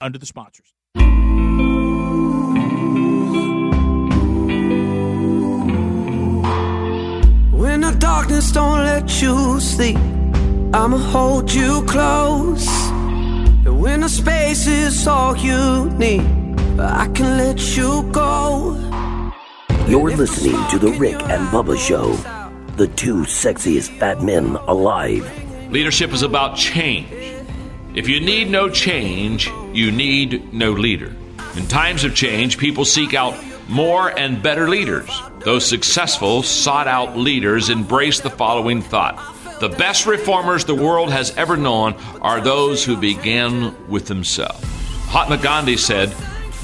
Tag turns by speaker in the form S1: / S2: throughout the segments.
S1: under the sponsors.
S2: When the darkness don't let you sleep, I'ma hold you close. And when the space is all you need, I can let you go.
S3: You're listening to The Rick and Bubba Show, the two sexiest fat men alive.
S4: Leadership is about change. If you need no change, you need no leader. In times of change, people seek out more and better leaders. Those successful, sought out leaders embrace the following thought The best reformers the world has ever known are those who began with themselves. Mahatma Gandhi said,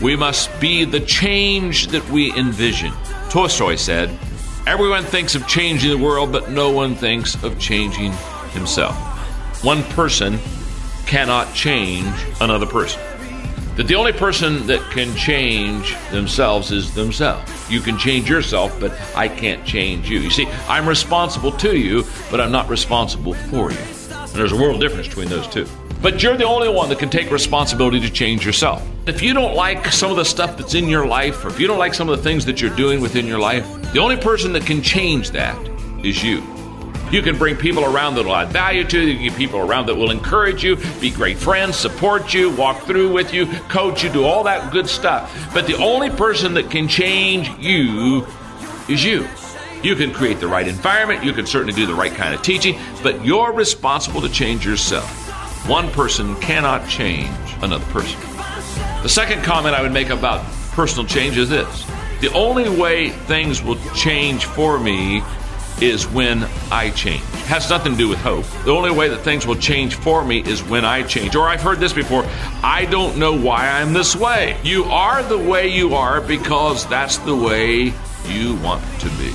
S4: We must be the change that we envision. Tolstoy said, Everyone thinks of changing the world, but no one thinks of changing himself. One person cannot change another person. That the only person that can change themselves is themselves. You can change yourself, but I can't change you. You see, I'm responsible to you, but I'm not responsible for you. And there's a world difference between those two. But you're the only one that can take responsibility to change yourself. If you don't like some of the stuff that's in your life, or if you don't like some of the things that you're doing within your life, the only person that can change that is you. You can bring people around that will add value to you. You can get people around that will encourage you, be great friends, support you, walk through with you, coach you, do all that good stuff. But the only person that can change you is you. You can create the right environment. You can certainly do the right kind of teaching, but you're responsible to change yourself. One person cannot change another person. The second comment I would make about personal change is this the only way things will change for me is when I change. Has nothing to do with hope. The only way that things will change for me is when I change. Or I've heard this before I don't know why I'm this way. You are the way you are because that's the way you want to be.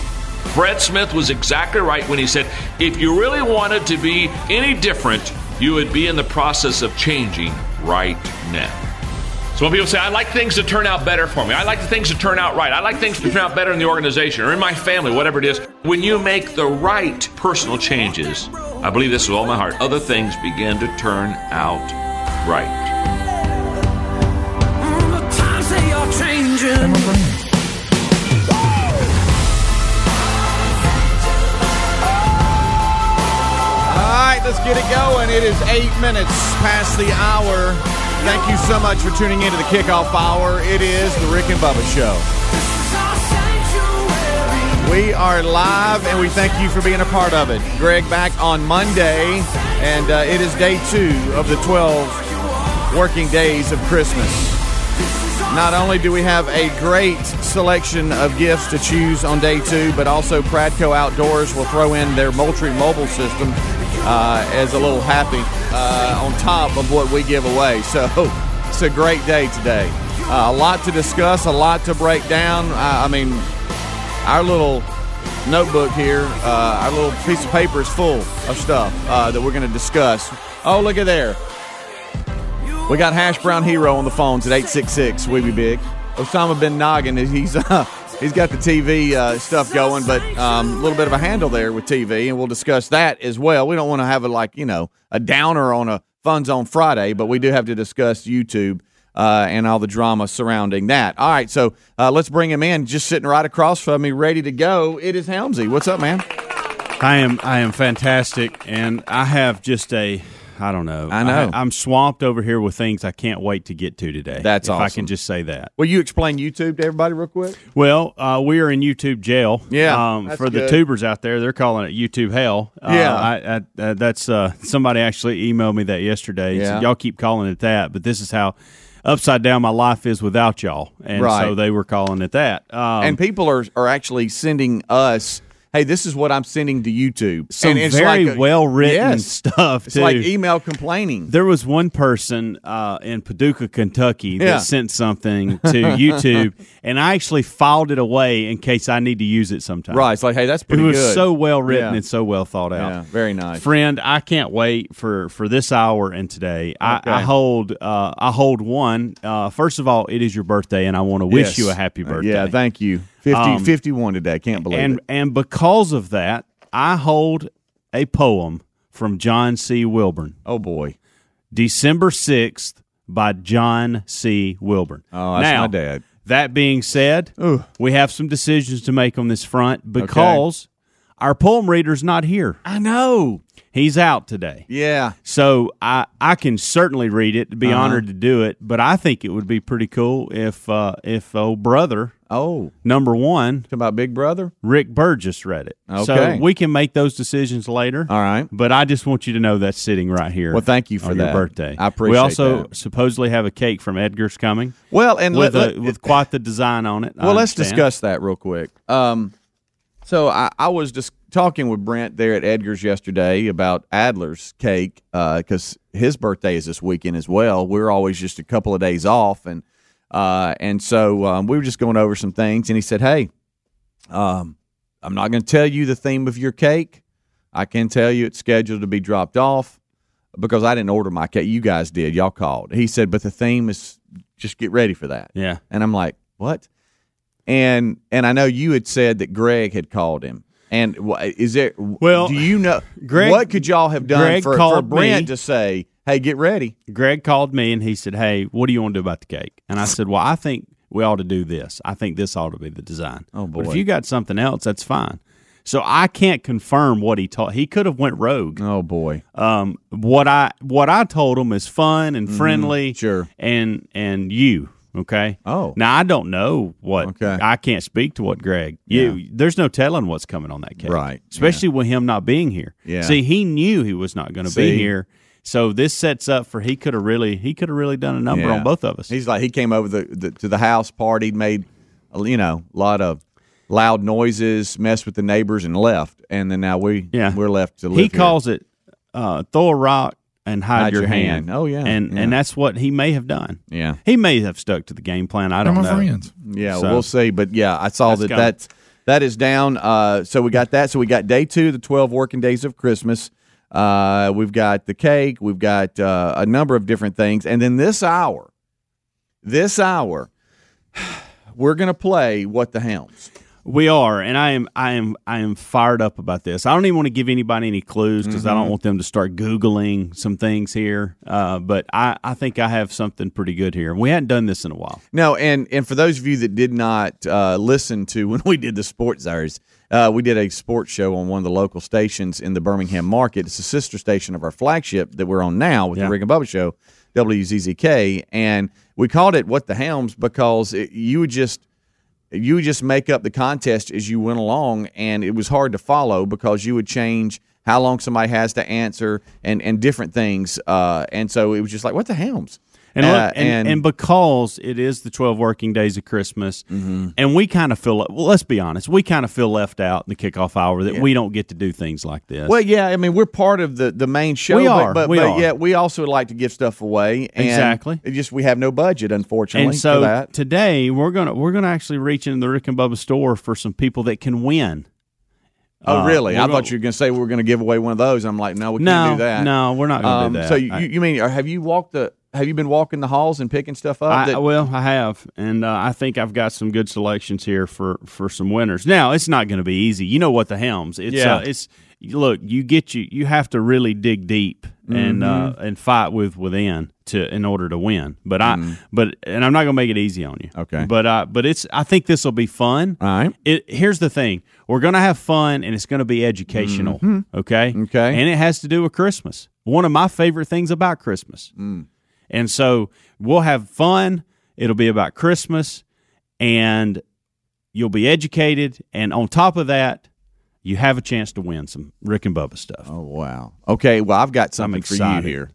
S4: Fred Smith was exactly right when he said, if you really wanted to be any different, you would be in the process of changing right now. So when people say, I like things to turn out better for me, I like things to turn out right, I like things to turn out better in the organization or in my family, whatever it is, when you make the right personal changes, I believe this with all my heart, other things begin to turn out right.
S2: Mm, the times they are changing.
S5: All right, let's get it going. It is eight minutes past the hour. Thank you so much for tuning into the kickoff hour. It is the Rick and Bubba Show. We are live, and we thank you for being a part of it. Greg back on Monday, and uh, it is day two of the 12 working days of Christmas. Not only do we have a great selection of gifts to choose on day two, but also Pradco Outdoors will throw in their Moultrie mobile system uh, as a little happy uh, on top of what we give away. So it's a great day today. Uh, a lot to discuss, a lot to break down. I, I mean, our little notebook here, uh, our little piece of paper is full of stuff uh, that we're going to discuss. Oh, look at there. We got Hash Brown Hero on the phones at 866 We Be Big. Osama bin Noggin, he's, uh, he's got the TV uh, stuff going, but um, a little bit of a handle there with TV, and we'll discuss that as well. We don't want to have a, like, you know, a downer on a Fun Zone Friday, but we do have to discuss YouTube uh, and all the drama surrounding that. All right, so uh, let's bring him in. Just sitting right across from me, ready to go. It is Helmsy. What's up, man?
S6: I am I am fantastic, and I have just a I don't know.
S5: I know.
S6: I, am swamped over here with things I can't wait to get to today.
S5: That's
S6: if I
S5: awesome.
S6: can just say that.
S5: Will you explain YouTube to everybody real quick?
S6: Well, uh, we are in YouTube jail.
S5: Yeah,
S6: um,
S5: that's
S6: for the
S5: good.
S6: tubers out there, they're calling it YouTube hell. Uh,
S5: Yeah.
S6: I, I, uh, that's uh, somebody actually emailed me that yesterday. He said,
S5: Yeah.
S6: y'all keep calling it that, but this is how upside down my life is without y'all, and
S5: Right.
S6: so they were calling it that. Um,
S5: and people are are actually sending us, hey, this is what I'm sending to YouTube.
S6: some
S5: and it's
S6: very
S5: like a-
S6: well written
S5: Yes.
S6: stuff.
S5: It's
S6: too.
S5: like email complaining.
S6: There was one person uh, in Paducah, Kentucky,
S5: Yeah.
S6: that sent something to YouTube, and I actually filed it away in case I need to use it sometime.
S5: right. It's like, hey, that's
S6: It
S5: pretty
S6: was
S5: good.
S6: so well written
S5: Yeah.
S6: and so well thought out.
S5: Yeah, very nice.
S6: friend. I can't wait for for this hour and today.
S5: Okay.
S6: I, I hold uh, I hold one. Uh, first of all, it is your birthday, and I want to wish
S5: Yes. Uh,
S6: you a happy birthday. Um,
S5: Yeah, thank you. 50, 51 today. Can't believe
S6: and
S5: it.
S6: and because of that, I hold a poem from John C. Wilburn.
S5: Oh boy.
S6: December 6th, by John C. Wilburn.
S5: Oh, that's
S6: now,
S5: my dad.
S6: That being said,
S5: Ooh.
S6: we have some decisions to make on this front because our poem reader's not here.
S5: I know.
S6: He's out today.
S5: Yeah.
S6: So I, I can certainly read it.
S5: Uh-huh.
S6: Be honored to do it, but I think it would be pretty cool if uh, if old brother
S5: Oh,
S6: number one
S5: talking about Big Brother.
S6: Rick Burgess read it.
S5: Okay.
S6: So we can make those decisions later.
S5: All right.
S6: But I just want you to know that's sitting right here.
S5: Well, thank you for
S6: on
S5: that.
S6: your birthday.
S5: I appreciate
S6: We also
S5: that.
S6: supposedly have a cake from Edgar's coming
S5: Well, and
S6: with
S5: let,
S6: a,
S5: let-
S6: with quite the design on it. I
S5: well, let's
S6: understand.
S5: discuss that real quick. Um, so I, I was just talking with Brent there at Edgar's yesterday about Adler's cake because his birthday is this weekend as well. We're always just a couple of days off, and uh, and so um, we were just going over some things, and he said, "Hey, um, I'm not going to tell you the theme of your cake. I can tell you it's scheduled to be dropped off because I didn't order my cake. You guys did. Y'all called." He said, "But the theme is just get ready for that."
S6: Yeah.
S5: And I'm like, what? And and I know you had said that Greg had called him. And wh- is there?
S6: Well,
S5: do you know
S6: Greg-
S5: what could y'all have done
S6: Greg
S5: for, for
S6: called
S5: Brent
S6: me.
S5: to say, "Hey, get ready"?
S6: Greg called me and he said, "Hey, what do you want to do about the cake?" And I said, "Well, I think we ought to do this. I think this ought to be the design.
S5: Oh,
S6: But
S5: boy.
S6: if you got something else, that's fine." So I can't confirm what he taught. He could have went rogue.
S5: Oh boy,
S6: Um, what I what I told him is fun and friendly.
S5: Mm-hmm. sure.
S6: And and you okay?
S5: Oh.
S6: now I don't know what.
S5: Okay.
S6: I can't speak to what Greg. You, there's no telling what's coming on that cake,
S5: Right,
S6: Especially with him not being here.
S5: Yeah.
S6: See, he knew he was not going to be
S5: See?
S6: here, so this sets up for he could have really he could have really done a number
S5: Yeah.
S6: on both of us.
S5: he's like he came over the, the to the house, partied, made you know a lot of loud noises, messed with the neighbors, and left. And then now we
S6: Yeah.
S5: we're left to live.
S6: he
S5: here.
S6: calls it uh, throw a rock and hide, your, hand.
S5: Oh, yeah,
S6: and
S5: yeah.
S6: and that's what he may have done.
S5: Yeah.
S6: He may have stuck to the game plan. I don't
S1: They're my
S6: know.
S1: friends.
S5: Yeah,
S6: So-
S5: we'll see. But yeah, I saw
S6: That's
S5: that
S6: gone.
S5: that's that is down. Uh, so we got that. So we got day two, the twelve working days of Christmas. Uh, we've got the cake. We've got uh, a number of different things, and then this hour, this hour, we're gonna play what the hounds.
S6: We are, and I am, I am, I am fired up about this. I don't even want to give anybody any clues because I
S5: Mm-hmm.
S6: don't want them to start googling some things here. Uh, but I, I think I have something pretty good here. We hadn't done this in a while.
S5: No, and and for those of you that did not uh, listen to when we did the sports hours, uh, we did a sports show on one of the local stations in the Birmingham market. It's a sister station of our flagship that we're on now with
S6: Yeah.
S5: the Rick and Bubba Show, WZZK, and we called it "What the Helms" because it, you would just you would just make up the contest as you went along, and it was hard to follow because you would change how long somebody has to answer and and different things, uh, and so it was just like "What the Helms."
S6: And,
S5: Uh,
S6: look, and, and because it is the twelve working days of Christmas,
S5: Mm-hmm.
S6: and we kind of feel well. Let's be honest, we kind of feel left out in the kickoff hour that we don't get to do things like this.
S5: Well, yeah, I mean we're part of the the main show.
S6: We
S5: but-
S6: are,
S5: but,
S6: we
S5: but
S6: are.
S5: yet we also like to give stuff away. And
S6: Exactly.
S5: it just we have no budget, unfortunately,
S6: and so
S5: for that.
S6: today we're gonna we're gonna actually reach into the Rick and Bubba store for some people that can win. Uh,
S5: oh,
S6: we're
S5: really? I
S6: gonna-
S5: thought you were going to say we were going to give away one of those. I'm like, no, we
S6: no,
S5: can't do that.
S6: no, we're not gonna
S5: Um,
S6: do that.
S5: So you,
S6: I-
S5: you you mean or have you walked the? Have you been walking the halls and picking stuff up?
S6: I,
S5: that-
S6: well, I have, and uh, I think I've got some good selections here for for some winners. Now, it's not going to be easy. You know what the helms? It's
S5: Yeah.
S6: uh, it's look. You get you you have to really dig deep and uh,
S5: Mm-hmm.
S6: and fight with within to in order to win. But I but and I'm not going to make it easy on you.
S5: Mm-hmm. Okay.
S6: But uh, but it's I think this will be fun.
S5: All right.
S6: It, here's the thing: we're going to have fun, and it's going to be educational. Okay.
S5: Mm-hmm. Okay.
S6: And it has to do with Christmas. One of my favorite things about Christmas.
S5: Mm.
S6: And so we'll have fun. It'll be about Christmas and you'll be educated. And on top of that, you have a chance to win some Rick and Bubba stuff.
S5: oh wow. Okay. Well, I've got something for you
S6: excited.
S5: here.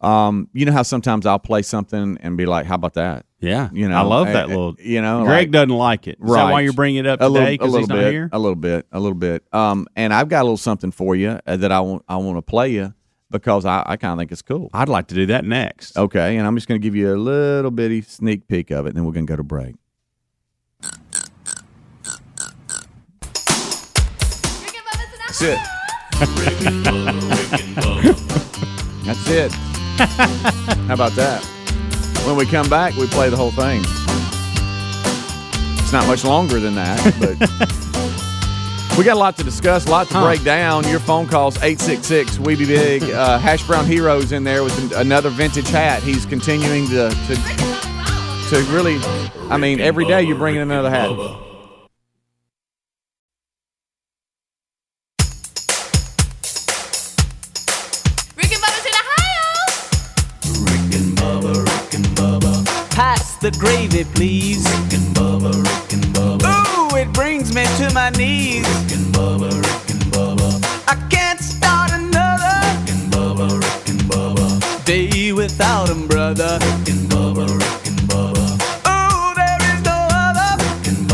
S5: Um, you know how sometimes I'll play something and be like, "How about that?"
S6: Yeah.
S5: You know,
S6: I love
S5: eh,
S6: that
S5: eh,
S6: little.
S5: you know,
S6: Greg
S5: like-
S6: doesn't like it. Is
S5: Right.
S6: that why you're bringing it up
S5: a little,
S6: today?
S5: a
S6: Because
S5: little
S6: he's not
S5: bit,
S6: here?
S5: a little bit, a little bit. Um, and I've got a little something for you uh, that I want, I want to play you because I, I kind of think it's cool.
S6: I'd like to do that next.
S5: Okay, and I'm just going to give you a little bitty sneak peek of it, and then we're going to go to break. That's it. That's it. How about that? When we come back, we play the whole thing. It's not much longer than that, but We got a lot to discuss, a lot to break down. Your phone calls, 866 We Be Big. Uh, Hash Brown Heroes in there with an- another vintage hat. He's continuing to, to, to really, I mean, every day you're bringing another hat.
S1: Rick and Bubba's in Ohio.
S7: Pass the gravy, please. Rick and Bubba, Rick and Bubba. Ooh, it brings me to my knees. Rick and Bubba, Rick and Bubba. I can't start another. Rick and Bubba, Rick and Bubba. Day without 'em, brother. Rick and Bubba, Rick and Bubba. Ooh, there is no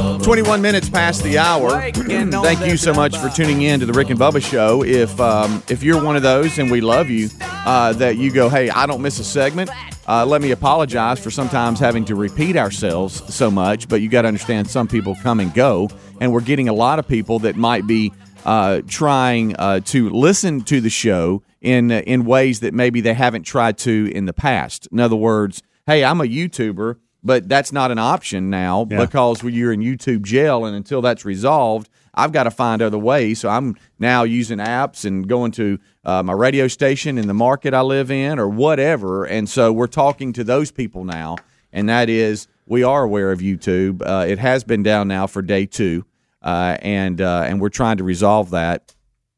S7: other.
S5: 21 minutes past the hour. Thank you so much for tuning in to the Rick and Bubba Show. If um, if you're one of those, and we love you, uh, that you go, hey, I don't miss a segment. Uh, let me apologize for sometimes having to repeat ourselves so much, but you got to understand some people come and go, and we're getting a lot of people that might be uh, trying uh, to listen to the show in uh, in ways that maybe they haven't tried to in the past. In other words, hey, I'm a YouTuber, but that's not an option now because when you're in YouTube jail, and until that's resolved, I've got to find other ways. So I'm now using apps and going to uh, my radio station in the market I live in or whatever. And so we're talking to those people now, and that is we are aware of YouTube. Uh, it has been down now for day two, uh, and uh, and we're trying to resolve that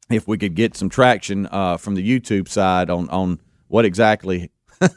S5: if we could get some traction uh, from the YouTube side on on what exactly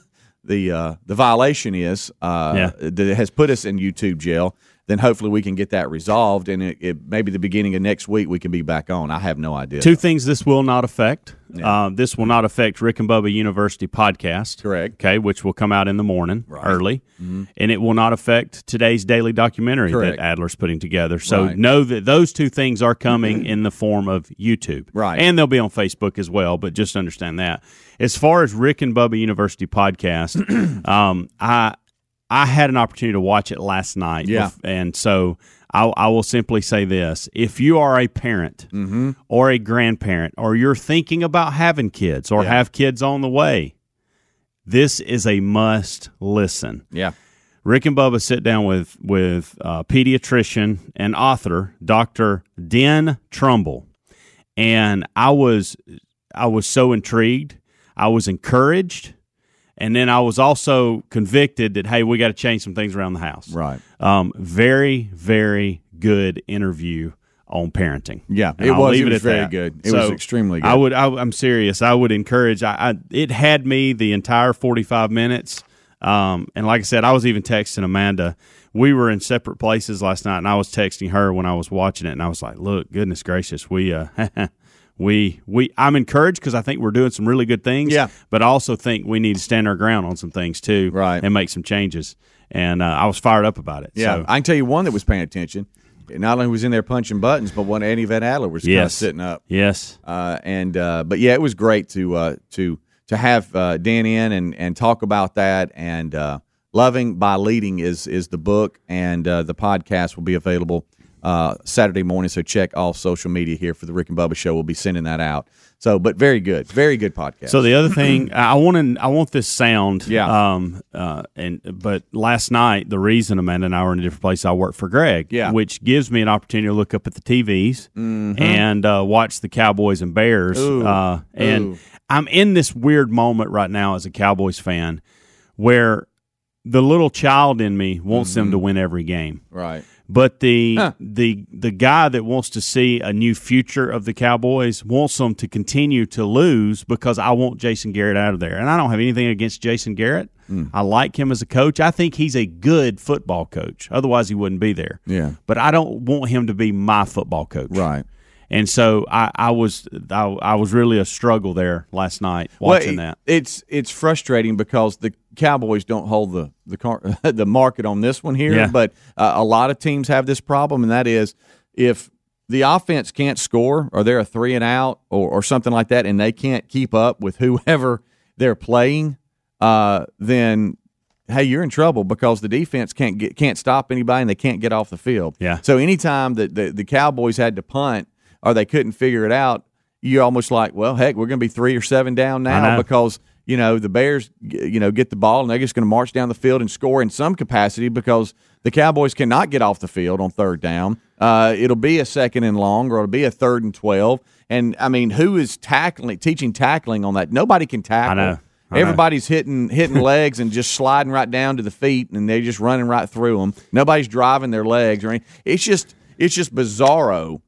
S5: the uh, the violation is uh,
S6: Yeah.
S5: that has put us in YouTube jail, then hopefully we can get that resolved, and it, it maybe the beginning of next week we can be back on. I have no idea.
S6: Two things this will not affect. Uh, this will not affect Rick and Bubba University podcast.
S5: Correct. Mm-hmm.
S6: Okay, which will come out in the morning early. And it will not affect today's daily documentary
S5: Correct.
S6: that Adler's putting together. So
S5: Right.
S6: know that those two things are coming in the form of YouTube.
S5: Right.
S6: And they'll be on Facebook as well, but just understand that. As far as Rick and Bubba University podcast, um, I I had an opportunity to watch it last night.
S5: Yeah.
S6: bef- And so I, I will simply say this if you are a parent or a grandparent or you're thinking about having kids or have kids on the way, this is a must listen.
S5: yeah,
S6: Rick and Bubba sit down with with uh, pediatrician and author Dr. Den Trumbull, and I was I was so intrigued, I was encouraged, and then I was also convicted that hey, we got to change some things around the house.
S5: Right.
S6: Um, very very good interview on parenting.
S5: Yeah,
S6: And
S5: it
S6: I'll
S5: was-
S6: leave
S5: it was
S6: at
S5: very
S6: that.
S5: good. It was extremely good.
S6: I would. I, I'm serious. I would encourage. I, I it had me the entire 45 minutes. Um, and like I said, I was even texting Amanda. We were in separate places last night, and I was texting her when I was watching it, and I was like, "Look, goodness gracious, we uh." We we I'm encouraged because I think we're doing some really good things.
S5: Yeah.
S6: but I also think we need to stand our ground on some things too.
S5: Right.
S6: and make some changes. And uh, I was fired up about it.
S5: yeah.
S6: so.
S5: I can tell you one that was paying attention. Not only was in there punching buttons, but one Andy Van Adler was kind of
S6: yes,
S5: sitting up.
S6: Yes,
S5: uh, and uh, but yeah, it was great to uh, to to have uh, Dan in and and talk about that. And uh, loving by leading is is the book, and uh, the podcast will be available uh, Saturday morning. So check all social media here for the Rick and Bubba Show. We'll be sending that out. So, but very good, very good podcast.
S6: So the other thing I want to I want this sound.
S5: Yeah.
S6: Um. Uh. And but last night the reason Amanda and I were in a different place I work for Greg.
S5: Yeah. Mm-hmm.
S6: Which gives me an opportunity to look up at the TVs and uh, watch the Cowboys and Bears. Uh. And I'm in this weird moment right now as a Cowboys fan where the little child in me wants them
S5: Mm-hmm.
S6: to win every game
S5: right,
S6: but the the the guy that wants to see a new future of the Cowboys wants them to continue to lose because I want Jason Garrett out of there, and I don't have anything against Jason Garrett.
S5: Hmm.
S6: I like him as a coach. I think he's a good football coach. Otherwise, he wouldn't be there.
S5: Yeah.
S6: but I don't want him to be my football coach.
S5: right.
S6: And so I, I was I, I was really a struggle there last night watching
S5: well, it-
S6: that.
S5: It's it's frustrating because the Cowboys don't hold the the car, the market on this one here,
S6: Yeah.
S5: but uh, a lot of teams have this problem, and that is if the offense can't score, or they're a three and out, or, or something like that, and they can't keep up with whoever they're playing, uh, then hey, you're in trouble because the defense can't get can't stop anybody and they can't get off the field.
S6: Yeah.
S5: So anytime that the, the Cowboys had to punt or they couldn't figure it out, you're almost like, well, heck, we're going to be three or seven down now
S6: know.
S5: because you know the Bears, g- you know, get the ball and they're just going to march down the field and score in some capacity because the Cowboys cannot get off the field on third down. Uh, it'll be a second and long, or it'll be a third and twelve. And I mean, who is tackling, teaching tackling on that? Nobody can tackle.
S6: know. I know.
S5: Everybody's hitting hitting legs and just sliding right down to the feet, and they're just running right through them. Nobody's driving their legs or anything. It's just it's just bizarro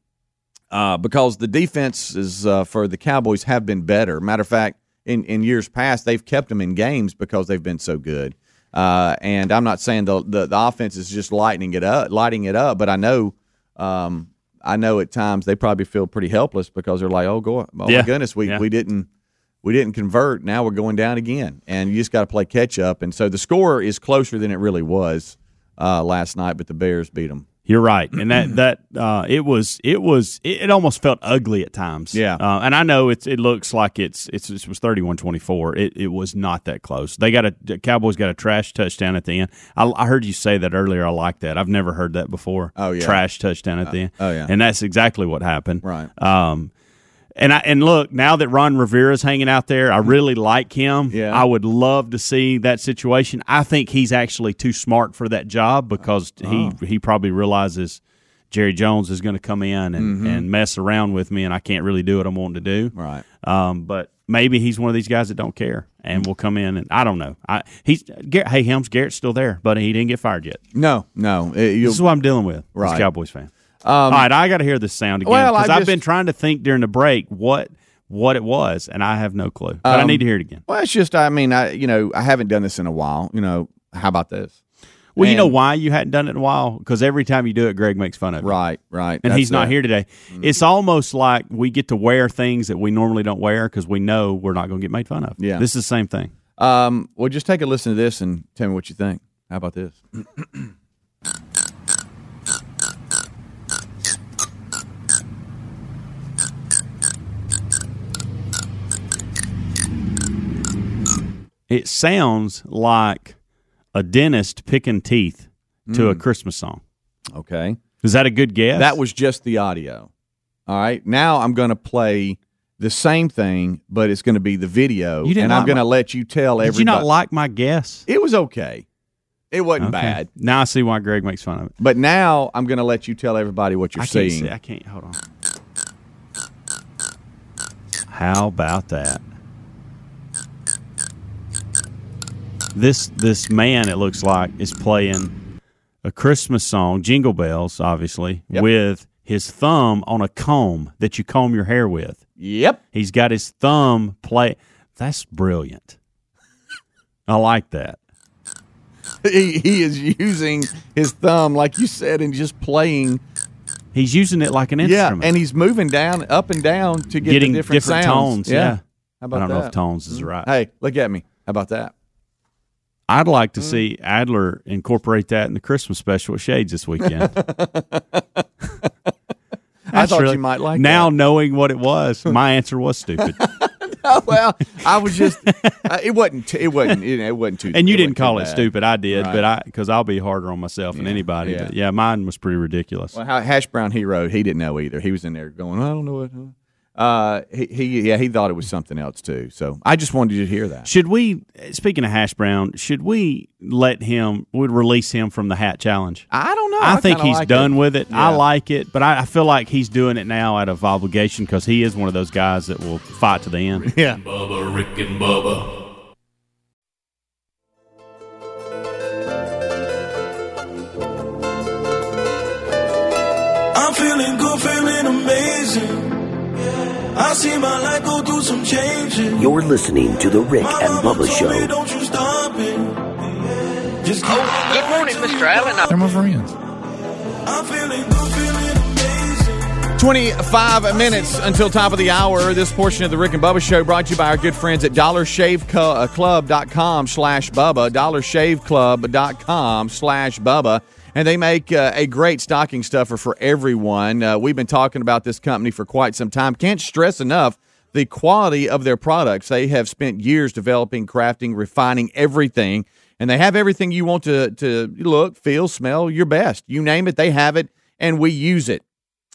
S5: uh, because the defenses uh, for the Cowboys have been better. Matter of fact, in, in years past, they've kept them in games because they've been so good. Uh, and I'm not saying the, the the offense is just lightening it up, lighting it up, but I know, um, I know at times they probably feel pretty helpless because they're like, oh, go, oh
S6: Yeah.
S5: my goodness, we
S6: Yeah.
S5: we didn't we didn't convert. Now we're going down again, and you just got to play catch up. And so the score is closer than it really was uh, last night, but the Bears beat them.
S6: You're right, and that that uh, it was it was it, it almost felt ugly at times.
S5: Yeah.
S6: uh, and I know it's it looks like it's it's it was 31-24. It it was not that close. They got a the Cowboys got a trash touchdown at the end. I, I heard you say that earlier. I like that. I've never heard that before.
S5: Oh, yeah.
S6: trash touchdown at the end.
S5: oh, yeah.
S6: and that's exactly what happened.
S5: Right.
S6: Um, and I and look now that Ron Rivera's hanging out there, I really like him.
S5: Yeah.
S6: I would love to see that situation. I think he's actually too smart for that job because
S5: Oh.
S6: he he probably realizes Jerry Jones is going to come in and, and mess around with me, and I can't really do what I'm wanting to do.
S5: Mm-hmm. Right.
S6: Um, but maybe he's one of these guys that don't care and will come in and I don't know. I he's Garrett, hey Helms Garrett's still there, but he didn't get fired yet.
S5: No, no, it- you'll-
S6: This is what I'm dealing with. Right.
S5: Right. Um,
S6: Cowboys fan. All right, I got to hear this sound again
S5: Well, I
S6: because I've
S5: just-
S6: been trying to think during the break what what it was, and I have no clue. But
S5: Um,
S6: I need to hear it again.
S5: Well, it's just I mean I you know I haven't done this in a while. You know how about this?
S6: Well, you know
S5: and-
S6: why you hadn't done it in a while? Because every time you do it, Greg makes fun of you.
S5: Right, right.
S6: And
S5: That's
S6: he's not
S5: it. Mm-hmm.
S6: here today. It's almost like we get to wear things that we normally don't wear because we know we're not going to get made fun of.
S5: Yeah.
S6: This is the same thing.
S5: Um, well, just take a listen to this and tell me what you think. How about this?
S6: It sounds like a dentist picking teeth to a Christmas song.
S5: Okay,
S6: Is that a good guess?
S5: Mm. that was just the audio. All right, now I'm going to play the same thing, but it's going to be the video,
S6: You didn't
S5: and I'm
S6: like
S5: going to
S6: my-
S5: let you tell
S6: Did
S5: everybody.
S6: you not like my guess?
S5: It was okay. It wasn't
S6: Okay.
S5: bad.
S6: Now I see why Greg makes fun of it.
S5: But now I'm going to let you tell everybody what you're
S6: I
S5: seeing.
S6: can't see. I can't. Hold on. How about that? This this man it looks like is playing a Christmas song, Jingle Bells, obviously,
S5: Yep.
S6: with his thumb on a comb that you comb your hair with.
S5: Yep.
S6: He's got his thumb play. That's brilliant. I like that.
S5: He, he is using his thumb, like you said, and just playing
S6: He's using it like an
S5: Yeah,
S6: instrument.
S5: and he's moving down, up and down to get
S6: getting
S5: the different, sounds.
S6: tones. Yeah.
S5: How
S6: I
S5: about
S6: don't
S5: that? Mm-hmm.
S6: know if tones is right.
S5: Hey, look at me. How about that?
S6: I'd like
S5: Mm-hmm.
S6: to see Adler incorporate that in the Christmas special at Shades this weekend. That's
S5: thought you might like
S6: Now
S5: that.
S6: knowing what it was, my answer was stupid,
S5: Oh well, I was just. uh, it wasn't. T- it wasn't. It, it wasn't too.
S6: and you
S5: it
S6: didn't
S5: wasn't too
S6: call it
S5: bad.
S6: stupid. I did,
S5: Right.
S6: but I because I'll be harder on myself than anybody.
S5: yeah.
S6: But yeah, mine was pretty ridiculous.
S5: Well, how, hash brown hero. He didn't know either. He was in there going, I don't know what. huh?" Uh, he, he yeah, he thought it was something else too. So I just wanted you to hear that.
S6: Should we? Speaking of hash brown, should we let him? Would release him from the hat challenge?
S5: I don't know.
S6: I, think
S5: kinda
S6: he's
S5: like
S6: done
S5: it.
S6: with it. I
S5: Yeah.
S6: like it, but I, I feel like he's doing it now out of obligation because he is one of those guys that will fight to the end.
S5: Yeah.
S4: Bubba, Rick and Bubba.
S8: I'm feeling good, feeling amazing. I see my life go through some changes.
S3: You're listening to The Rick
S8: My
S3: and
S8: mama
S3: Bubba
S8: told me,
S3: Show.
S8: Don't you stop it. Just oh, good morning, Mr. Allen.
S9: They're my friends.
S8: I'm feeling good, feeling amazing.
S5: 25 minutes until top of the hour. This portion of the Rick and Bubba Show brought to you by our good friends at uh, dollarshaveclub.com slash Bubba, dollarshaveclub.com slash Bubba. And they make uh, a great stocking stuffer for everyone. Uh, we've been talking about this company for quite some time. Can't stress enough the quality of their products. They have spent years developing, crafting, refining everything, and they have everything you want to, to look, feel, smell your best. You name it, they have it, and we use it.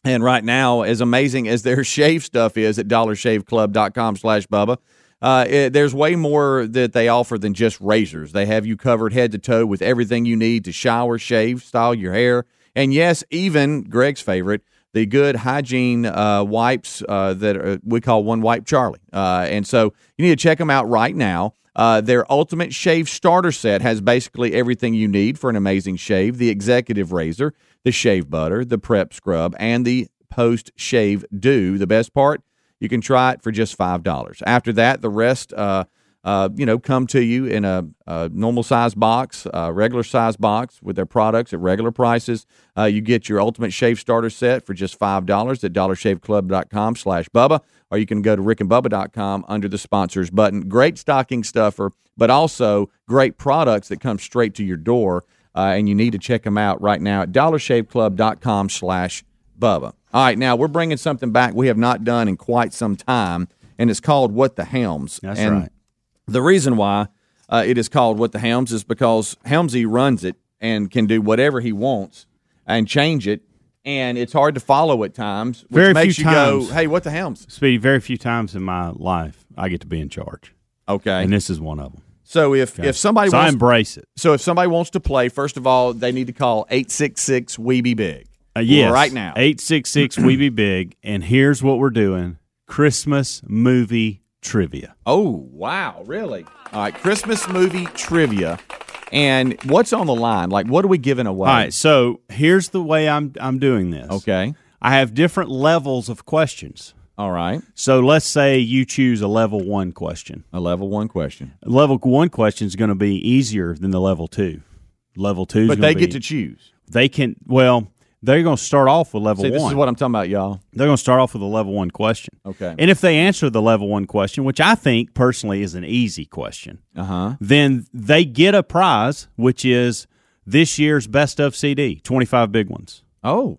S5: And right now, as amazing as their shave stuff is at dollarshaveclub.com slash Bubba, uh, it- there's way more that they offer than just razors. They have you covered head to toe with everything you need to shower, shave, style your hair, And yes, even Greg's favorite, the good hygiene uh, wipes uh, that are, we call One Wipe Charlie. Uh, and so you need to check them out right now. Uh, their Ultimate Shave Starter Set has basically everything you need for an amazing shave the executive razor, the shave butter, the prep scrub, and the post shave do. The best part, you can try it for just $5. After that, the rest. Uh, uh, you know, come to you in a, a normal size box, uh, regular size box with their products at regular prices. Uh, you get your Ultimate Shave Starter Set for just $5 at dollarshaveclub.com slash Bubba, or you can go to rickandbubba.com under the sponsors button. Great stocking stuffer, but also great products that come straight to your door, uh, and you need to check them out right now at dollarshaveclub.com slash Bubba. All right, now we're bringing something back we have not done in quite some time, and it's called What the Helms.
S6: That's
S5: And
S6: right.
S5: the reason why uh, it is called What the Helms is because Helmsy runs it and can do whatever he wants and change it, and it's hard to follow at times, which
S6: Very
S5: makes
S6: few
S5: you
S6: times.
S5: go, "Hey, what the Helms?"
S6: Speedy, very few times in my life I get to be in charge,
S5: Okay.
S6: and this is one of them.
S5: so if if somebody
S6: so I
S5: wants,
S6: embrace it.
S5: so if somebody wants to play, first of all, they need to call eight six six E Weeby Big.
S6: Uh, yes.
S5: right now.
S6: 866 We Be Big. And here's what we're doing Christmas movie trivia.
S5: Oh wow, really? All right, Christmas movie trivia, and what's on the line? Like, what are we giving away?
S6: All right. So here's the way I'm, I'm doing this.
S5: Okay.
S6: I have different levels of questions.
S5: All right.
S6: So let's say you choose a level one question.
S5: A level one question,
S6: Level one question is going to be easier than the level two. Level two,
S5: but they get to choose.
S6: They can. Well, they're going to start off with level
S5: See,
S6: one.
S5: this is what I'm talking about, y'all.
S6: They're going to start off with a level one question.
S5: Okay.
S6: And if they answer the level one question, which I think personally is an easy question,
S5: Uh huh.
S6: then they get a prize, which is this year's best of CD, 25 big ones.
S5: Oh,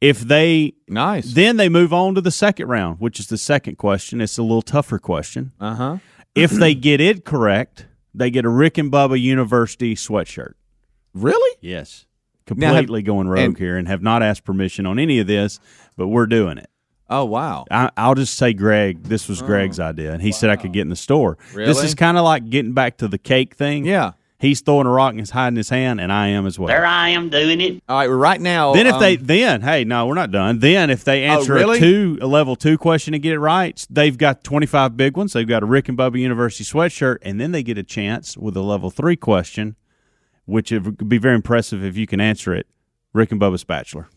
S6: If they
S5: nice.
S6: then they move on to the second round, which is the second question, it's a little tougher question.
S5: uh huh.
S6: If they get it correct, they get a Rick and Bubba University sweatshirt.
S5: Really?
S6: Yes.
S5: Now, have-
S6: Completely going rogue
S5: and-
S6: here and have not asked permission on any of this, but we're doing it.
S5: Oh wow.
S6: I, I'll just say, Greg, this was Greg's idea, and he said I could get in the store. This
S5: Oh, Really?
S6: is kind of like getting back to the cake thing.
S5: Yeah.
S6: He's throwing a rock and he's hiding his hand, and I am as well.
S5: All right. well, Right now.
S6: Then if
S5: um,
S6: they then hey no we're not done. Then if they answer
S5: Oh, really?
S6: a two a level two question and get it right, they've got twenty five big ones. They've got a Rick and Bubba University sweatshirt, and then they get a chance with a level three question, which it would be very impressive if you can answer it. Rick and Bubba's bachelor.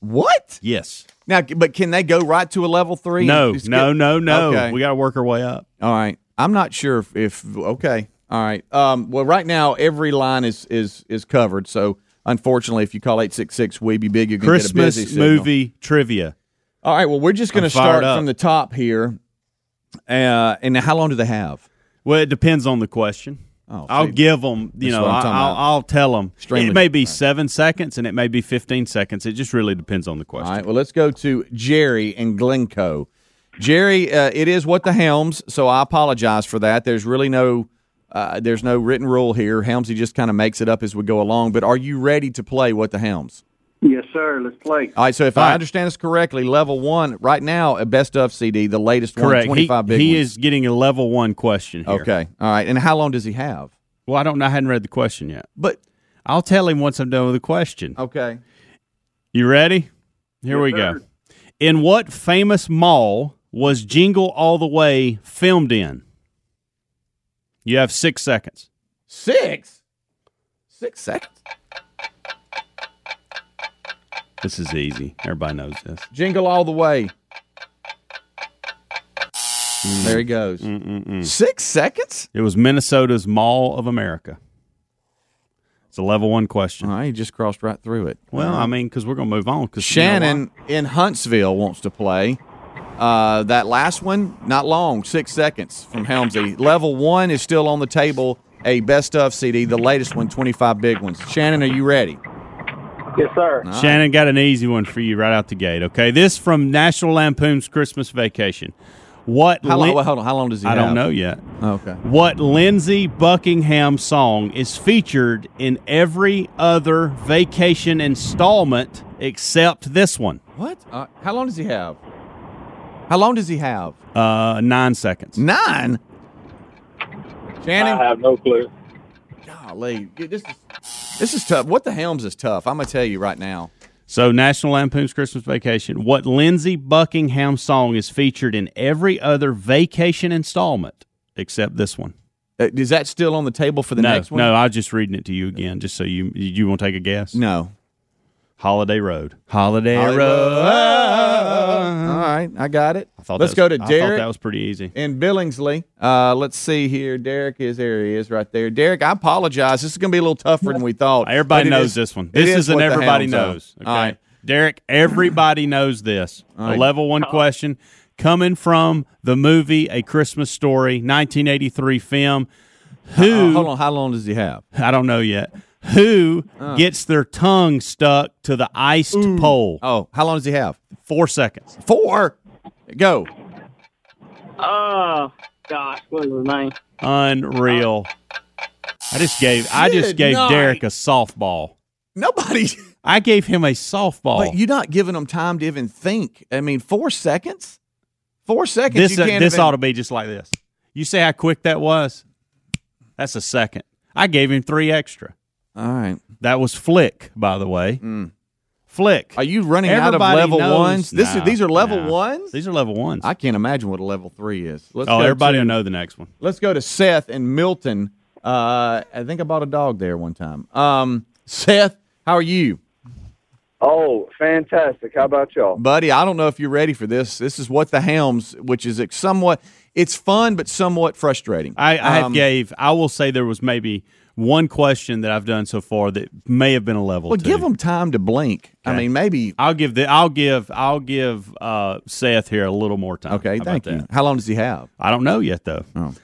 S5: what
S6: Yes.
S5: now? But can they go right to a level three?
S6: No.
S5: Just
S6: No.
S5: get-
S6: No. No.
S5: Okay.
S6: We got to work our way up.
S5: All right. I'm not sure if, if okay. All right. Um, well, right now every line is is is covered. So unfortunately, if you call eight six six Weeby Big, you're gonna get a busy
S6: Christmas
S5: signal.
S6: movie trivia.
S5: All right. Well, we're just gonna
S6: I'm fired
S5: start
S6: up.
S5: from the top here. Uh, and how long do they have?
S6: Well, it depends on the question.
S5: Oh,
S6: I'll
S5: see,
S6: give them, you
S5: that's
S6: know,
S5: what I'm
S6: I-
S5: talking
S6: I'll,
S5: about.
S6: I'll tell them.
S5: Extremely-
S6: it may be seven seconds and it may be 15 seconds. It just really depends on the question.
S5: All right. Well, let's go to Jerry in Glencoe. Jerry, uh, it is what the Helms. So I apologize for that. There's really no. Uh, there's no written rule here. Helmsy just kind of makes it up as we go along. But are you ready to play what the Helms?
S9: Yes, sir. Let's play.
S5: All right. So if
S6: All
S5: I
S6: right.
S5: understand this correctly, level one right now, a best of CD, the latest
S6: Correct.
S5: one, 25
S6: he
S5: big
S6: he
S5: ones.
S6: is getting a level one question here.
S5: okay. All right. And how long does he have?
S6: Well, I don't know. I hadn't read the question yet.
S5: But
S6: I'll tell him once I'm done with the question.
S5: okay.
S6: You ready? Here we go. In what famous mall was Jingle All the Way filmed in? You have six seconds.
S5: Six. Six seconds.
S6: This is easy. Everybody knows this.
S5: Jingle all the way. There he goes. Six seconds.
S6: It was Minnesota's Mall of America. It's a level one question.
S5: All right, you just crossed right through it.
S6: Well, I mean, because we're going to move on. Because
S5: Shannon in Huntsville wants to play. Uh, that last one, not long, six seconds from Helmsy. Level one is still on the table. A best of CD, the latest one, 25 big ones. Shannon, are you ready?
S9: Yes, sir.
S6: Shannon got an easy one for you right out the gate. Okay, this from National Lampoon's Christmas Vacation. What?
S5: How long?
S6: Lin-
S5: Wait, hold on. How long does he?
S6: I don't
S5: have?
S6: know yet.
S5: Okay.
S6: What Lindsey Buckingham song is featured in every other vacation installment except this one?
S5: What? Uh, how long does he have? How long does he have?
S6: Uh, nine seconds.
S5: Nine.
S9: I
S5: Shannon,
S9: have no clue.
S5: golly, dude, this is This is tough. What the helms is tough. I'm gonna tell you right now.
S6: So, National Lampoon's Christmas Vacation. What Lindsey Buckingham song is featured in every other vacation installment except this one?
S5: Uh, Is that still on the table for the
S6: no,
S5: next one?
S6: no, I was just reading it to you again, just so you you want to take a guess.
S5: no.
S6: Holiday Road. Holiday, Road.
S5: All right, I got it.
S6: I thought
S5: Let's
S6: that was-
S5: go to
S6: I thought
S5: Derek
S6: that was pretty easy.
S5: in Billingsley. Uh, let's see here. Derek is there. He is right there. Derek, I apologize. This is going to be a little tougher than we thought.
S6: Everybody
S5: but it
S6: knows
S5: is-
S6: this one.
S5: it
S6: This is an
S5: what the
S6: everybody
S5: hounds are.
S6: knows. Okay.
S5: All right.
S6: Derek, everybody knows this. A
S5: right.
S6: level one question coming from the movie A Christmas Story, 1983 film.
S5: Uh,
S6: Who,
S5: hold on. How long does he have?
S6: I don't know yet, who
S5: Uh.
S6: gets their tongue stuck to the iced pole?
S5: Oh, how long does he have?
S6: Four seconds.
S5: Four. Go.
S9: Oh, gosh, what is his name?
S6: Unreal. I just gave I just
S5: Good
S6: gave
S5: night.
S6: Derek a softball.
S5: Nobody.
S6: I gave him a softball.
S5: But you're not giving them time to even think. I mean, four seconds. Four seconds.
S6: this uh,
S5: you can't
S6: this
S5: even,
S6: ought to be just like this. You see how quick that was? That's a second. I gave him three extra.
S5: All right.
S6: That was Flick, by the way. Flick.
S5: Mm. Are you running out
S6: Everybody
S5: of level
S6: knows-
S5: ones? This
S6: Nah,
S5: is, these are level
S6: nah.
S5: ones.
S6: These are level ones.
S5: I can't imagine what a level three is. Let's
S6: oh,
S5: go
S6: everybody
S5: to-
S6: will know the next one.
S5: Let's go to Seth in Milton. Uh, I think I bought a dog there one time. Um, Seth, how are you,
S9: Oh, fantastic. How about y'all?
S5: buddy? I don't know if you're ready for this. This is what the Helms, which is ex- somewhat. It's fun, but somewhat frustrating.
S6: I, I
S5: Um,
S6: have gave. I will say there was maybe one question that I've done so far that may have been a level.
S5: Well,
S6: two.
S5: give them time to blink. I
S6: Okay.
S5: mean, maybe.
S6: I'll give the. I'll give. I'll give uh, Seth here a little more time. How
S5: Okay,
S6: about
S5: thank you.
S6: that?
S5: How long does he have?
S6: I don't know yet though.
S5: Oh.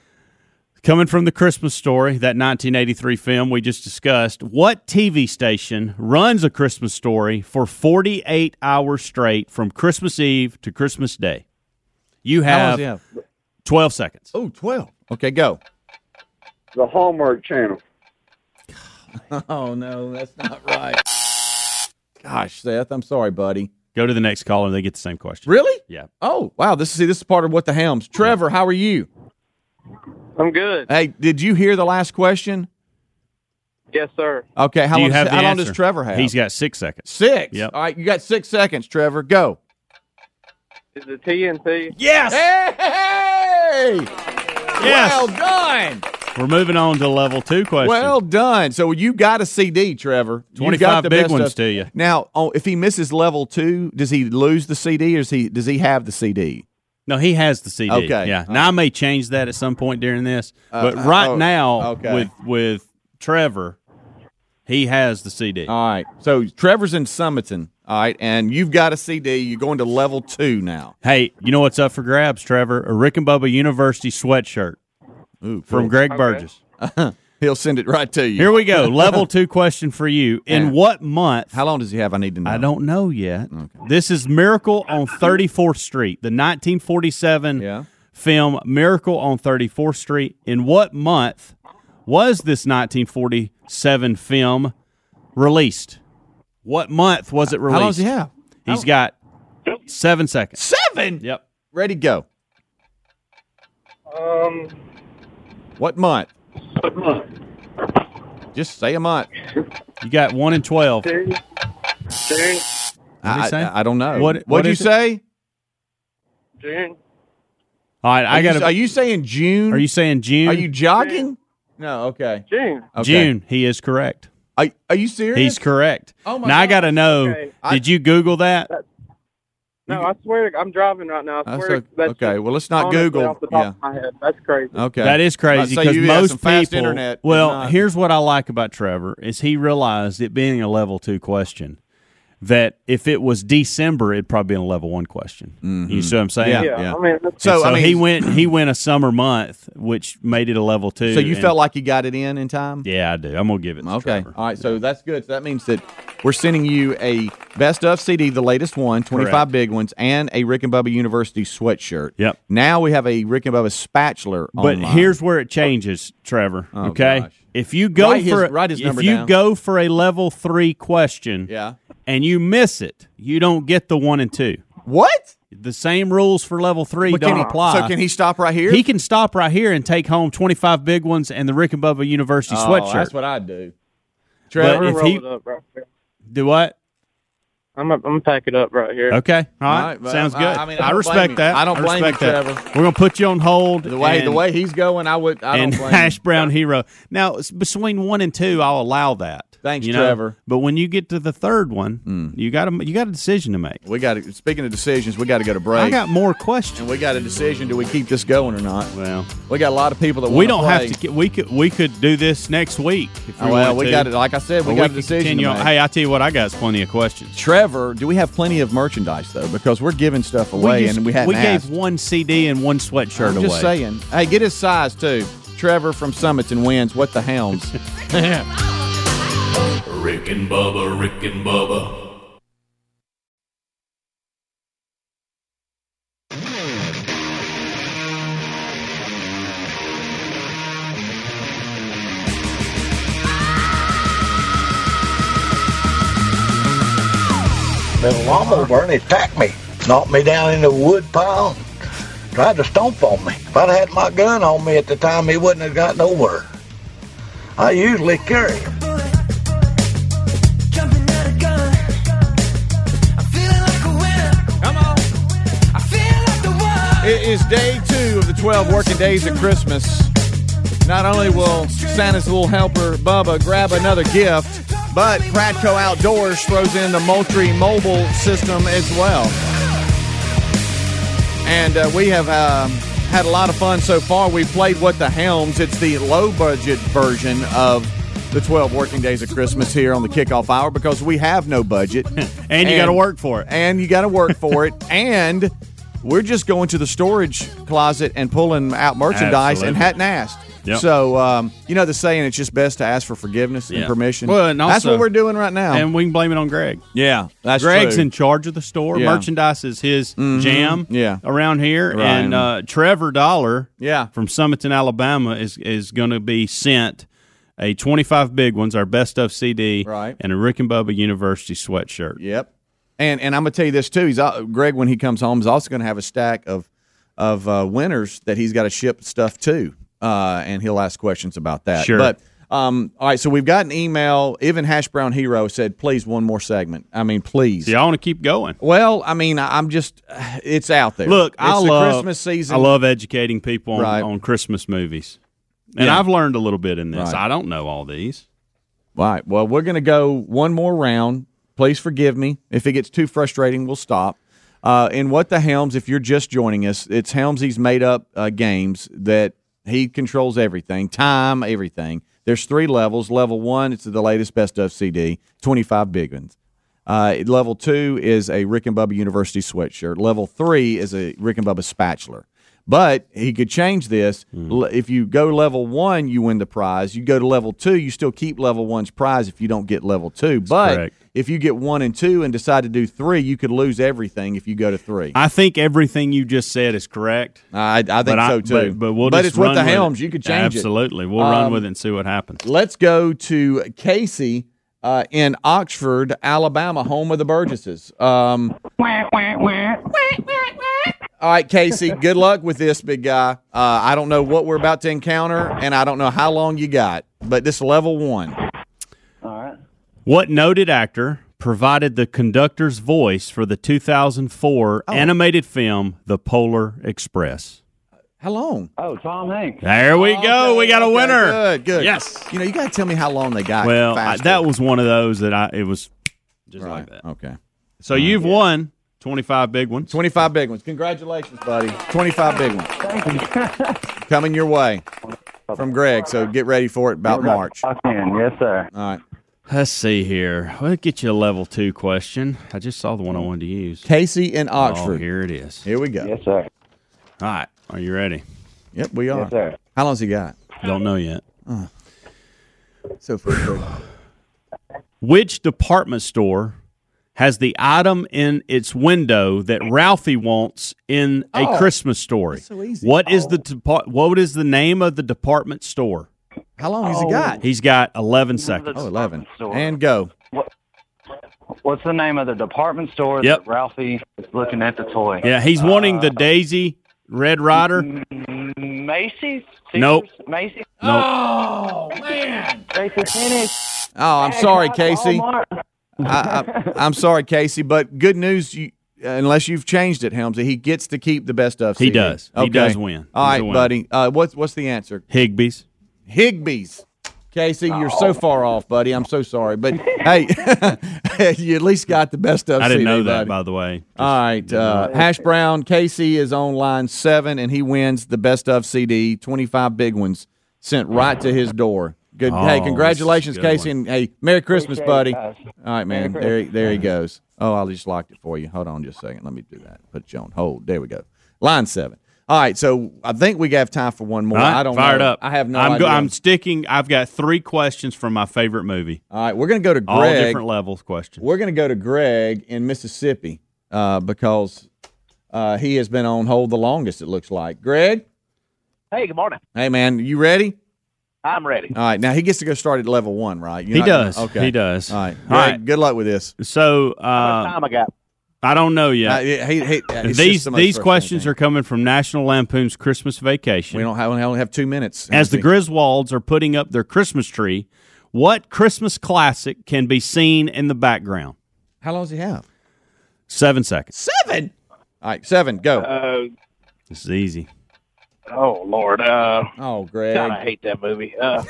S6: Coming from the Christmas story, that 1983 film we just discussed, what TV station runs a Christmas story for 48 hours straight from Christmas Eve to Christmas Day? You
S5: How long does
S6: have,
S5: he have?
S6: 12 seconds.
S5: Oh, 12. Okay, go.
S9: The Hallmark Channel.
S5: Oh no, that's not right. Gosh, Seth, I'm sorry, buddy.
S6: Go to the next caller and they get the same question.
S5: Really?
S6: Yeah.
S5: Oh, wow. This is see, this is part of what the helms. Trevor, how are you?
S9: I'm good.
S5: Hey, did you hear the last question?
S9: Yes, sir.
S5: Okay, how
S6: Do you
S5: long does,
S6: have the
S5: how long does
S6: answer?
S5: Trevor have?
S6: He's got six seconds.
S5: six.
S6: Yep.
S5: All right, you got six seconds, Trevor. Go.
S9: Is it TNT?
S6: Yes.
S5: Hey!
S6: Yes.
S5: Well done.
S6: We're moving on to level two question.
S5: Well done. So you got a CD, Trevor. You
S6: 25
S5: got the
S6: big
S5: best
S6: ones
S5: of-
S6: to you.
S5: Now, oh, if he misses level two, does he lose the CD or does he does he have the CD?
S6: No, he has the CD.
S5: Okay.
S6: Yeah. Now I may change that at some point during this, but
S5: uh,
S6: right
S5: oh,
S6: now
S5: okay.
S6: with with Trevor, he has the CD.
S5: All right. So Trevor's in Summerton. All right, and you've got a CD. You're going to level two now.
S6: hey, you know what's up for grabs, Trevor? A Rick and Bubba University sweatshirt
S5: Ooh,
S6: from Greg Burgess.
S5: He'll send it right to you.
S6: Here we go. Level two question for you. In
S5: Yeah.
S6: what month?
S5: How long does he have? I need to know.
S6: I don't know yet. This is Miracle on 34th Street, the 1947
S5: Yeah.
S6: film Miracle on 34th Street. In what month was this 1947 film released? What month was it released?
S5: How long does he have?
S6: He's got seven seconds.
S5: Seven.
S6: Yep.
S5: Ready? Go.
S9: Um,
S5: What month?
S9: what month?
S5: Just say a month.
S6: You got one in 12.
S9: June? June?
S6: What'd he
S5: I,
S6: say?
S5: I, I don't know.
S6: What-
S5: What'd
S6: what
S5: you
S6: is it?
S5: say?
S9: June?
S6: All right. I
S5: Are
S6: got
S5: You, are you saying June?
S6: Are you saying June?
S5: Are you jogging? No. Okay.
S9: June.
S5: okay.
S6: June. He is correct.
S5: Are, are you serious?
S6: He's correct.
S5: Oh my
S6: now I
S5: gosh.
S6: got to know.
S9: Okay.
S6: Did you Google that?
S9: No, I swear, I'm driving right now. I
S5: That's
S9: swear.
S5: o- okay.
S9: just
S5: Well, let's not
S9: honestly
S5: Google.
S9: Off the top of my head. That's crazy.
S5: Okay.
S6: That is crazy
S5: Uh, so
S6: because
S5: you had
S6: most
S5: some
S6: people.
S5: fast internet.
S6: well,
S5: It's not-
S6: here's what I like about Trevor is he realized it being a level two question that if it was December, it'd probably be a level one question. You see what I'm saying?
S5: Mm-hmm. Yeah.
S9: Yeah, I mean, that's,
S5: So,
S6: So,
S5: I mean,
S6: he went he went a summer month, which made it a level two.
S5: So you
S6: and-
S5: felt like you got it in in time?
S6: yeah, I do. I'm gonna give it. To
S5: Okay.
S6: Trevor.
S5: All right. So that's good. So that means that we're sending you a best of CD, the latest one, 25
S6: Correct.
S5: big ones, and a Rick and Bubba University sweatshirt.
S6: Yep.
S5: Now we have a Rick and Bubba spatula.
S6: But
S5: online.
S6: here's where it changes, Trevor.
S5: Oh,
S6: okay,
S5: gosh.
S6: if you go
S5: Write his-
S6: for
S5: write his
S6: if
S5: number
S6: you
S5: down.
S6: go for a level three question,
S5: Yeah.
S6: and you miss it, you don't get the one and two.
S5: What?
S6: The same rules for level three
S5: But can
S6: don't
S5: he-
S6: apply.
S5: So can he stop right here?
S6: He can stop right here and take home 25 big ones and the Rick and Bubba University
S5: Oh,
S6: sweatshirt.
S5: That's what I do.
S6: Trevor,
S10: I'm
S6: if
S10: gonna roll
S6: he
S10: it up right here.
S6: do what?
S10: I'm gonna, I'm gonna pack it up right here.
S6: Okay, all
S5: All
S6: right,
S5: right, but
S6: sounds
S5: I-
S6: good. I,
S5: I mean, I don't blame you.
S6: respect that.
S5: I don't blame you,
S6: respect that.
S5: Trevor.
S6: We're gonna put you on hold.
S5: The way the
S6: and-
S5: way he's going, I would. I
S6: and
S5: don't blame.
S6: hash brown hero. Now it's between one and two, I'll allow that.
S5: Thanks,
S6: you know?
S5: Trevor. Hmm.
S6: But when you get to the third one, you got a you got a decision to make.
S5: you. We got to. Speaking of decisions, we got to go to break.
S6: I got more questions.
S5: and we got a decision: do we keep this going or not?
S6: Well,
S5: We got a lot of people that
S6: we
S5: wanna
S6: don't
S5: play.
S6: have to. Get, we could we could do this next week if we
S5: Oh, well,
S6: wanted
S5: we
S6: to.
S5: got it. Like I said, we
S6: Or
S5: got a
S6: could
S5: decision.
S6: continue
S5: To
S6: on.
S5: make.
S6: Hey, I tell you what, I got plenty of questions.
S5: Trevor, do we have plenty of merchandise though? Because we're giving stuff away,
S6: just-
S5: and we hadn't
S6: we gave
S5: asked.
S6: one CD and one sweatshirt
S5: I'm
S6: away.
S5: just saying. Hey, get his size too. Trevor from Summits and Wins. What the hounds?
S11: Rick and Bubba, Rick and Bubba.
S12: The lawnmower and attacked me, knocked me down in the wood pile, tried to stomp on me. If I'd had my gun on me at the time, he wouldn't have got nowhere. I usually carry it.
S5: It is day two of the 12 working days of Christmas. Not only will Santa's little helper, Bubba, grab another gift, but Pratco Outdoors throws in the Moultrie mobile system as well. And uh, we have um, had a lot of fun so far. We played What the Helms. It's the low budget version of the 12 working days of Christmas here on the kickoff hour because we have no budget.
S6: And you got to work for it.
S5: and you got to work for it. And we're just going to the storage closet and pulling out merchandise and
S6: Absolutely.
S5: hadn't asked.
S6: Yep.
S5: So um, you know the saying, it's just best to ask for forgiveness and
S6: Yeah.
S5: permission.
S6: Well, and
S5: that's
S6: also-
S5: what we're doing right now.
S6: And we can blame it on Greg.
S5: yeah, that's
S6: Greg's
S5: true.
S6: in charge of the store.
S5: Yeah. Mm-hmm.
S6: Merchandise is his jam.
S5: Yeah.
S6: around here,
S5: Right.
S6: and uh, Trevor Dollar,
S5: Yeah.
S6: from Summerton, Alabama, is is going to be sent a twenty five big ones, our best of CD,
S5: Right.
S6: and a Rick and Bubba University sweatshirt.
S5: Yep. And and I'm gonna tell you this too. He's uh, Greg when he comes home is also gonna have a stack of of uh, winners that he's got to ship stuff to, uh, and he'll ask questions about that.
S6: Sure.
S5: But um, all right. So we've got an email. Even Hash Brown Hero said, "Please one more segment." I mean, please.
S6: Do y'all want to keep going?
S5: Well, I mean, I- I'm just. It's out there.
S6: Look,
S5: it's
S6: I
S5: the
S6: love
S5: Christmas season.
S6: I love educating people on,
S5: Right.
S6: on Christmas movies, and
S5: Yeah.
S6: I've learned a little bit in this.
S5: Right.
S6: I don't know all these.
S5: All right. Well, we're going to go one more round. Please forgive me. If it gets too frustrating, we'll stop. Uh, in What the Helms, if you're just joining us, it's Helmsy's made up uh, games that he controls everything, time, everything. There's three levels. Level one, it's the latest best of CD, 25 big ones. Uh, level two is a Rick and Bubba University sweatshirt. Level three is a Rick and Bubba spatula. But he could change this. L- If you go level one, you win the prize. You go to level two, you still keep level one's prize if you don't get level two. but
S6: correct.
S5: if you get one and two and decide to do three, you could lose everything if you go to three. I,
S6: I think everything you just said is correct.
S5: I, think
S6: I-
S5: so too.
S6: But, but we'll just
S5: it's what
S6: run
S5: the
S6: with it.
S5: helms. You could change it.
S6: Absolutely. We'll
S5: Um,
S6: run with it and see what happens.
S5: Let's go to Casey uh, in Oxford, Alabama, home of the Burgesses. Um, all right, Casey, good luck with this, big guy. Uh, I don't know what we're about to encounter, and I don't know how long you got, but this level one.
S6: What noted actor provided the conductor's voice for the 2004
S5: Oh.
S6: animated film The Polar Express?
S5: How long?
S10: Oh, Tom Hanks.
S6: There we go. We got a
S5: Oh, Okay,
S6: winner.
S5: Good, good.
S6: Yes.
S5: You know, you got to tell me how long they got.
S6: Well, I,
S5: faster.
S6: that was one of those that I it was just like that.
S5: Okay.
S6: So
S5: Uh,
S6: you've won 25 big ones.
S5: 25 big ones. Congratulations, buddy. 25 big ones. Coming your way from Greg, so get ready for it about March. All
S10: I can, yes, sir.
S5: right.
S6: Let's see here. Let's get you a level 2 question. I just saw the one I wanted to use.
S5: Casey in
S6: Oh,
S5: Oxford. here.
S6: here it is.
S5: we go.
S10: Yes, sir.
S6: All right. Are you ready?
S5: Yep, we are.
S10: Yes, sir.
S5: How long's he got?
S6: Don't know yet.
S5: So far, Greg.
S6: Which department store has the item in its window that Ralphie wants in a
S5: Oh,
S6: Christmas story?
S5: so easy. Oh.
S6: What is the depart- what is the name of the department store?
S5: How long
S10: Oh.
S5: has he got?
S6: He's got 11 seconds.
S5: Oh, 11.
S10: Store.
S5: And go.
S10: What's the name of the department store
S6: Yep.
S10: that Ralphie is looking at the toy?
S6: Yeah, he's wanting the Daisy Red Rider.
S10: Macy's?
S6: Nope.
S10: Macy's?
S6: Nope.
S10: Oh, man. Macy's Phoenix.
S5: Oh, I'm
S10: Hey,
S5: sorry,
S10: God,
S5: Casey. I,
S10: Walmart.
S5: I, I'm sorry, Casey. But good news, you, uh, unless you've changed it, Helmsy, he gets to keep the best of.
S6: He
S5: CD.
S6: does. He does win.
S5: All
S6: He's
S5: right,
S6: a winner.
S5: buddy. Uh, what's what's the answer?
S6: Higbees.
S5: Higbees. Casey,
S10: Oh.
S5: you're so far off, buddy. I'm so sorry, but hey, you at least got the best of.
S6: I didn't
S5: CD,
S6: know that,
S5: buddy.
S6: by the way.
S5: All right, uh, Hash Brown Casey is on line seven, and he wins the best of CD. Twenty five big ones sent right to his door. Good.
S6: Oh,
S5: hey,
S6: that's
S5: congratulations,
S6: a good
S5: Casey, and hey, Merry Christmas,
S10: Appreciate
S5: buddy.
S10: it,
S5: All
S10: guys.
S5: right, man.
S10: Merry
S5: There, there he goes. Oh, I just locked it for you. Hold on, just a second. Let me do that. Put you on hold. There we go. Line seven. All right, so I think we have time for one more.
S6: All right,
S5: I don't
S6: fired
S5: know.
S6: up.
S5: I have no
S6: I'm
S5: idea.
S6: I'm sticking. I've got three questions from my favorite movie.
S5: All right, we're gonna go to
S6: All
S5: Greg.
S6: different levels. Question.
S5: We're going to go to Greg in Mississippi uh, because uh, he has been on hold the longest, it looks like. Greg,
S13: Hey, good morning.
S5: hey, man, you ready?
S13: I'm ready.
S5: All right, now he gets to go start at level one, right? You're
S6: he
S5: not gonna-
S6: does.
S5: okay.
S6: He does.
S5: All right. Greg,
S6: All right.
S5: Good luck with this.
S6: So, uh,
S13: Time I got.
S6: I don't know yet.
S5: Uh, yeah, he- he- it's just
S6: these
S5: so much
S6: these
S5: for a
S6: questions are coming from National Lampoon's Christmas Vacation.
S5: We don't have, we only have two minutes.
S6: As the Griswolds are putting up their Christmas tree, what Christmas classic can be seen in the background?
S5: How long does he have?
S6: Seven seconds.
S5: Seven. All right, seven, go.
S13: Uh,
S6: This is easy.
S13: oh Lord. Uh,
S5: oh, Greg.
S13: God, I hate that movie. Uh,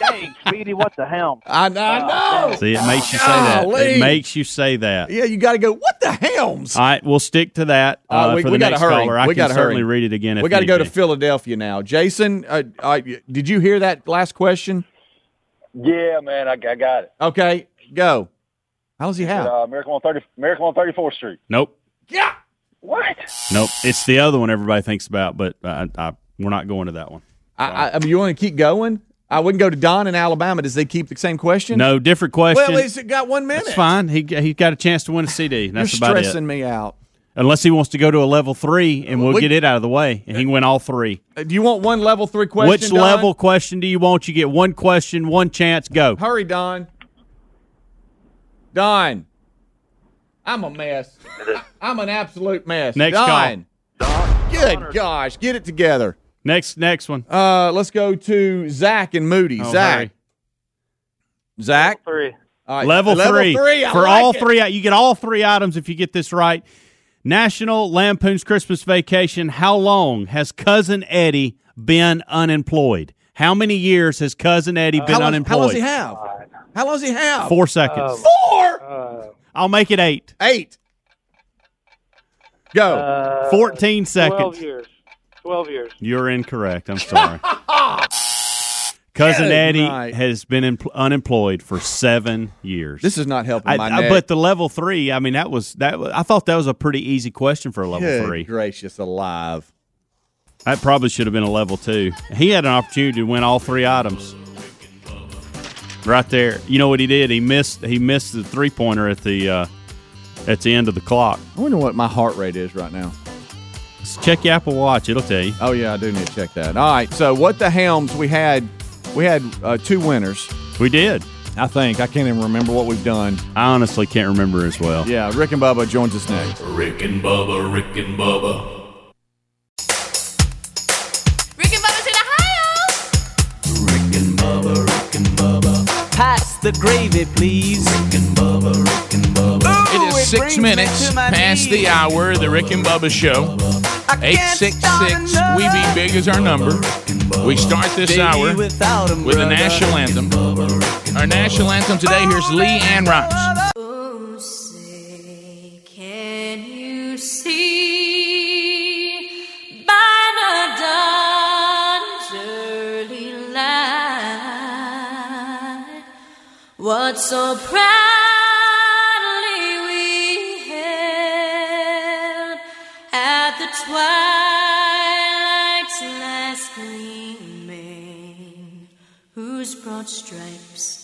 S13: dang, Speedy, what the hell?
S5: I, I know.
S6: See, it makes you say that.
S5: Golly.
S6: It makes you say that.
S5: Yeah, you got to go, what the helms?
S6: All right, we'll stick to that uh,
S5: All right, we-
S6: for
S5: we
S6: the
S5: gotta
S6: next
S5: hurry.
S6: caller. I
S5: We
S6: can
S5: gotta hurry.
S6: certainly read it again. If
S5: we got to
S6: need
S5: go to
S6: be.
S5: Philadelphia now. Jason, uh, uh, did you hear that last question?
S14: Yeah, man, I, I got it.
S5: Okay, go. How does he have?
S14: Uh, American on thirty, American on thirty fourth Street.
S6: Nope,
S14: What?
S6: nope. It's the other one everybody thinks about, but I, I, we're not going to that one.
S5: I, I, I mean, you want to keep going? I wouldn't go to Don in Alabama. Does they keep the same question?
S6: No, different question.
S5: Well, he's got one minute.
S6: That's fine. He he got a chance to win a CD. and
S5: You're
S6: That's about
S5: stressing
S6: it.
S5: me out.
S6: Unless he wants to go to a level three, and we'll
S5: We-
S6: get it out of the way, and he can win all three.
S5: Uh, Do you want one level three question?
S6: Which
S5: Don?
S6: level question do you want? You get one question, one chance. Go.
S5: Hurry, Don. Don. I'm a mess. I'm an absolute mess.
S6: Next
S5: Don. Good gosh, get it together.
S6: Next next one.
S5: Uh, let's go to Zach and Moody.
S6: Oh,
S5: Zach.
S6: hurry.
S5: Zach.
S13: Three.
S5: All right,
S6: Level, three.
S5: I
S6: For
S5: like
S6: all
S5: it.
S6: three, uh, you get all three items if you get this right. National Lampoon's Christmas Vacation. How long has Cousin Eddie been unemployed? How many years has Cousin Eddie been
S5: Uh, how long,
S6: unemployed?
S5: How long does he Um, have? How long does he have?
S6: Four seconds.
S5: Four.
S15: Uh,
S13: Uh,
S6: I'll make it eight.
S5: Eight. Go.
S15: uh,
S6: 14 seconds.
S13: Uh, Twelve years. Twelve years.
S6: You're incorrect. I'm sorry. Cousin
S5: Good
S6: Eddie
S5: night.
S6: has been em- unemployed for seven years.
S5: This is not helping
S6: I,
S5: my
S6: I-
S5: neck.
S6: but the level three, I mean, that was that. Was, I thought that was a pretty easy question for a level
S5: Good
S6: three.
S5: gracious alive.
S6: That probably should have been a level two. He had an opportunity to win all three items. Right there, you know what he did? He missed. He missed the three pointer at the uh, at the end of the clock.
S5: I wonder what my heart rate is right now.
S6: Just check your Apple Watch; it'll tell you.
S5: Oh yeah, I do need to check that. All right. So what the helms we had? We had uh, two winners.
S6: We did.
S5: I think I can't even remember what we've done.
S6: I honestly can't remember as well.
S5: Yeah, Rick and Bubba joins us next.
S11: Rick and Bubba, Rick and Bubba,
S1: Rick and Bubba's in Ohio.
S7: Pass the gravy, please.
S15: It is
S7: It brings
S15: six
S7: me
S15: minutes
S7: to my
S15: past the hour of the Rick and Bubba Show. 866 We Be Big is our number. We start this
S7: Baby
S15: hour with
S7: without 'em,
S15: the
S7: brother.
S15: national anthem. Our national anthem today, here's Lee Ann Rimes.
S1: Oh, say, can you see by the dawn's early light what so proudly we hailed at the twilight's last gleaming, whose broad stripes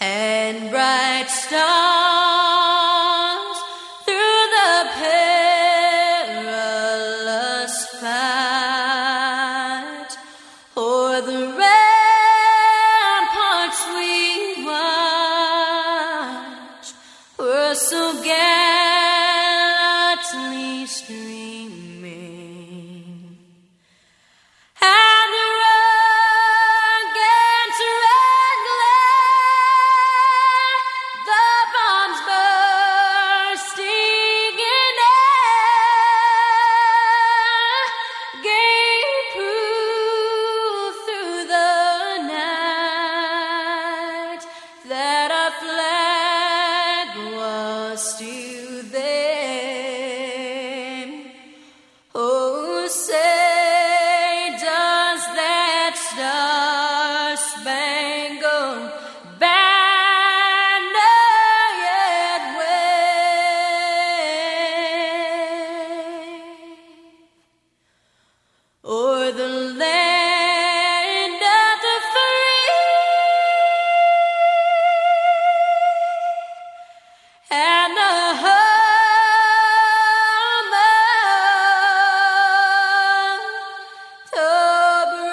S1: and bright stars through the perilous fight o'er the ramparts we watched were so gallantly streaming Oh, and a Hummer to bring.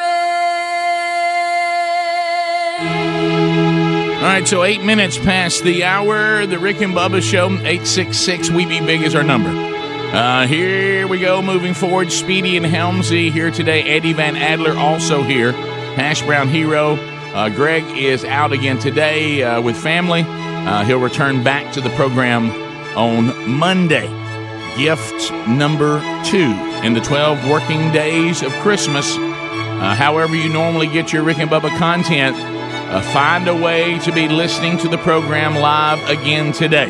S15: All right, so eight minutes past the hour. The Rick and Bubba Show, 866 We Be Big is our number. Uh, here we go, moving forward. Speedy and Helmsy here today. Eddie Van Adler also here. Hash Brown Hero. Uh, Greg is out again today uh, with family. Uh, he'll return back to the program on Monday. Gift number two in the 12 working days of Christmas. Uh, however, you normally get your Rick and Bubba content, uh, find a way to be listening to the program live again today.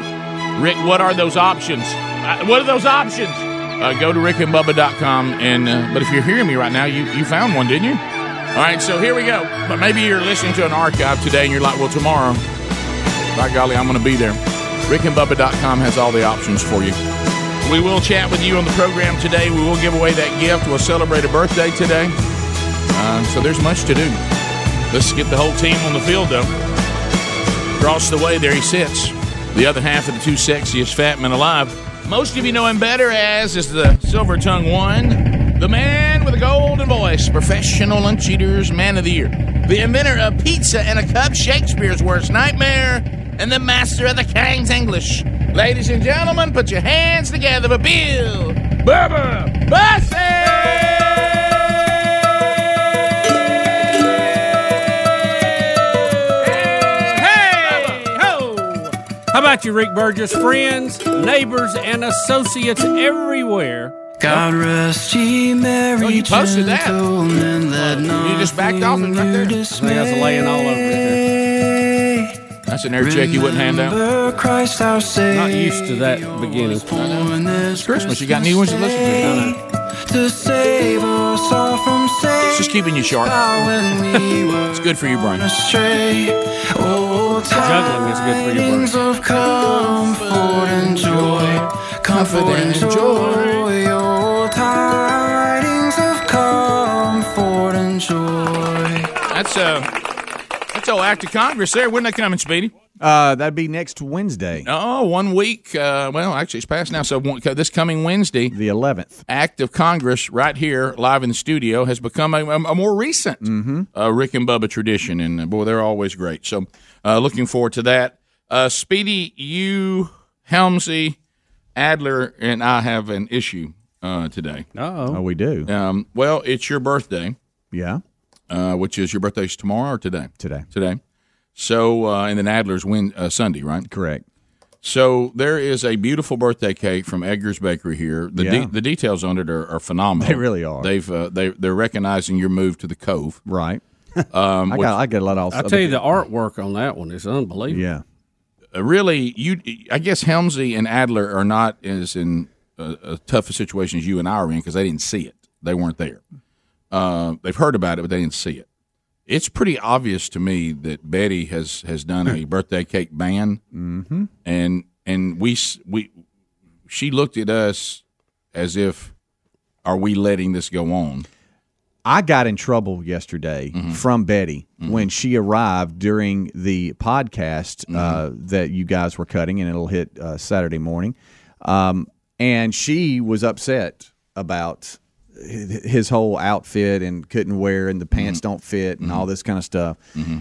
S15: Rick, what are those options? Uh, what are those options? Uh, go to rickandbubba.com. And, uh, but if you're hearing me right now, you, you found one, didn't you? All right, so here we go. But maybe you're listening to an archive today and you're like, well, tomorrow, by golly, I'm going to be there. Rickandbubba.com has all the options for you. We will chat with you on the program today. We will give away that gift. We'll celebrate a birthday today. Uh, so there's much to do. Let's get the whole team on the field, though. Across the way, there he sits. The other half of the two sexiest fat men alive. Most of you know him better as is the silver tongue one, the man with a golden voice, professional lunch eaters, man of the year, the inventor of pizza and a cup, Shakespeare's worst nightmare, and the master of the King's English. Ladies and gentlemen, put your hands together for Bill Bubba Bussett!
S16: How about you, Rick Burgess? Friends, neighbors, and associates everywhere.
S17: God rest ye merry
S16: Oh, you posted that.
S17: gentlemen, that
S15: You just backed off and right there.
S16: laying all over
S15: That's an air check you wouldn't hand out.
S17: Remember Christ our Savior.
S16: Not used to that beginning.
S17: It's
S15: Christmas. You got new ones to listen to.
S17: To save us all from
S15: It's
S17: Satan
S15: just keeping you sharp.
S17: when we were
S15: It's good for your brain.
S17: astray. Oh,
S16: Juggling is good for your brain.
S17: tidings of comfort and joy. Comfort and joy. Oh, tidings of comfort and joy.
S15: That's uh, that's old act of Congress there. When that coming, Speedy?
S5: Uh, that'd be next Wednesday.
S15: Oh, one week. Uh, well, actually, it's past now. So one, this coming Wednesday,
S5: the eleventh,
S15: act of Congress, right here, live in the studio, has become a, a more recent uh, Rick and Bubba tradition, and uh, boy, they're always great. So, uh, looking forward to that. Uh, Speedy, you, Helmsy, Adler, and I have an issue uh, today.
S16: Oh,
S5: we do.
S15: Um, well, it's your birthday.
S5: Yeah.
S15: Uh, which is your birthday's tomorrow or today?
S5: Today.
S15: Today. So, uh, and then Adler's win uh, Sunday, right?
S5: Correct.
S15: So there is a beautiful birthday cake from Edgar's Bakery here. The
S5: Yeah.
S15: de- the details on it are, are phenomenal.
S5: They really are.
S15: They've uh, they they're recognizing your move to the Cove,
S5: right?
S15: Um,
S5: I
S15: which-
S5: got I got a lot of.
S16: I tell you, the artwork on that one is unbelievable.
S5: Yeah.
S15: uh, really, you I guess Helmsy and Adler are not as in a, a tough a situation as you and I are in because they didn't see it. They weren't there. Uh, they've heard about it, but they didn't see it. It's pretty obvious to me that Betty has has done a birthday cake ban,
S5: Mm-hmm.
S15: and and we s- we she looked at us as if are we letting this go on?
S5: I got in trouble yesterday
S15: Mm-hmm.
S5: from Betty when she arrived during the podcast
S15: Mm-hmm.
S5: uh, that you guys were cutting, and it'll hit uh, Saturday morning. Um, and she was upset about hi- his whole outfit and couldn't wear, and the
S15: Mm-hmm.
S5: pants don't fit, and all this kind of stuff,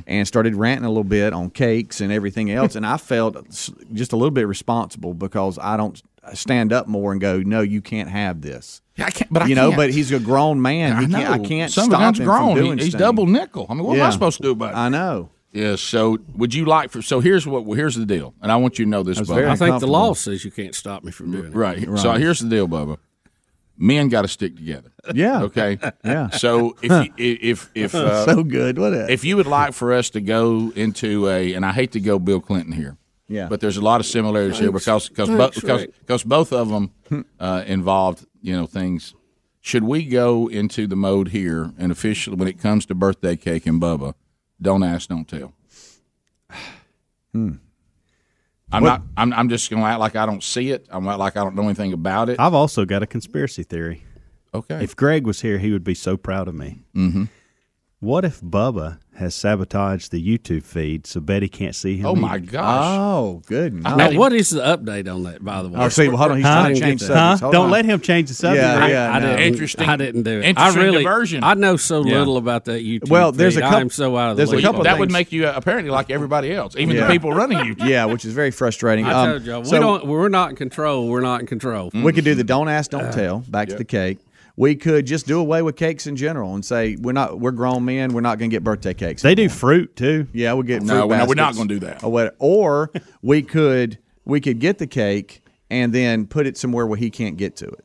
S5: and started ranting a little bit on cakes and everything else. and I felt s- just a little bit responsible because I don't stand up more and go, "No, you can't have this."
S15: I can't, but I
S5: you know,
S15: can't.
S5: but he's a grown man.
S15: I
S5: He can't, I
S15: know.
S5: can't
S15: Some of
S5: stop
S15: them's
S5: him
S15: grown.
S5: from
S15: He-
S5: doing
S15: he's
S5: stuff.
S15: double nickel. I mean, what am I supposed to do about it?
S5: I know.
S15: Yeah. So would you like for? So here's what here's the deal, and I want you to know this.
S5: That's
S15: Bubba.
S5: very
S16: I think the
S5: comfortable.
S16: law says you can't stop me from doing it.
S15: Right. So here's the deal, Bubba. Men got to stick together.
S5: Yeah.
S15: Okay.
S5: Yeah.
S15: So if you, if if uh,
S5: so good. What? a-
S15: if you would like for us to go into a, and I hate to go Bill Clinton here,
S5: Yeah.
S15: but there's a lot of similarities here because because bo-
S16: Thanks,
S15: because,
S16: Rick.
S15: because both of them uh, involved you know things. Should we go into the mode here and officially when it comes to birthday cake and Bubba, don't ask, don't tell. I'm not. I'm, I'm just going to act like I don't see it. I'm act like I don't know anything about it.
S6: I've also got a conspiracy theory.
S15: Okay.
S6: If Greg was here, he would be so proud of me.
S15: mm-hmm.
S6: What if Bubba has sabotaged the YouTube feed so Betty can't see him?
S16: Oh, my
S6: either?
S16: gosh.
S5: Ah,
S8: Oh, good.
S16: Now, what is the update on that, by the way?
S6: Oh, see, well, hold on, he's trying to
S16: I didn't
S6: change
S16: get that.
S6: subjects. Huh? Hold Don't on. let him change the subject
S16: I-
S6: right
S16: I,
S6: now.
S16: didn't,
S6: Interesting-
S16: I didn't do it.
S5: interesting
S16: I really,
S5: diversion.
S16: I know so
S5: Yeah.
S16: little about that YouTube.
S8: Well, there's
S16: feed.
S8: a coup-
S16: I'm so out of the
S8: there's a
S16: loop.
S8: couple
S5: that would make you uh, apparently like everybody else, even
S8: Yeah.
S5: the people running YouTube.
S8: Yeah, which is very frustrating.
S16: I
S8: Um,
S16: told y'all, we
S8: so-
S16: don't. Mm-hmm. We're not in control. We're not in control.
S8: We could do the don't ask, don't tell. Back to the cake. We could just do away with cakes in general and say we're not we're grown men. We're not going to get birthday cakes.
S6: They do fruit too.
S8: Yeah, we get
S5: No,
S8: fruit
S5: we're not- we're not
S8: baskets.
S5: gonna do that.
S8: Or, what- or we could we could get the cake and then put it somewhere where he can't get to it.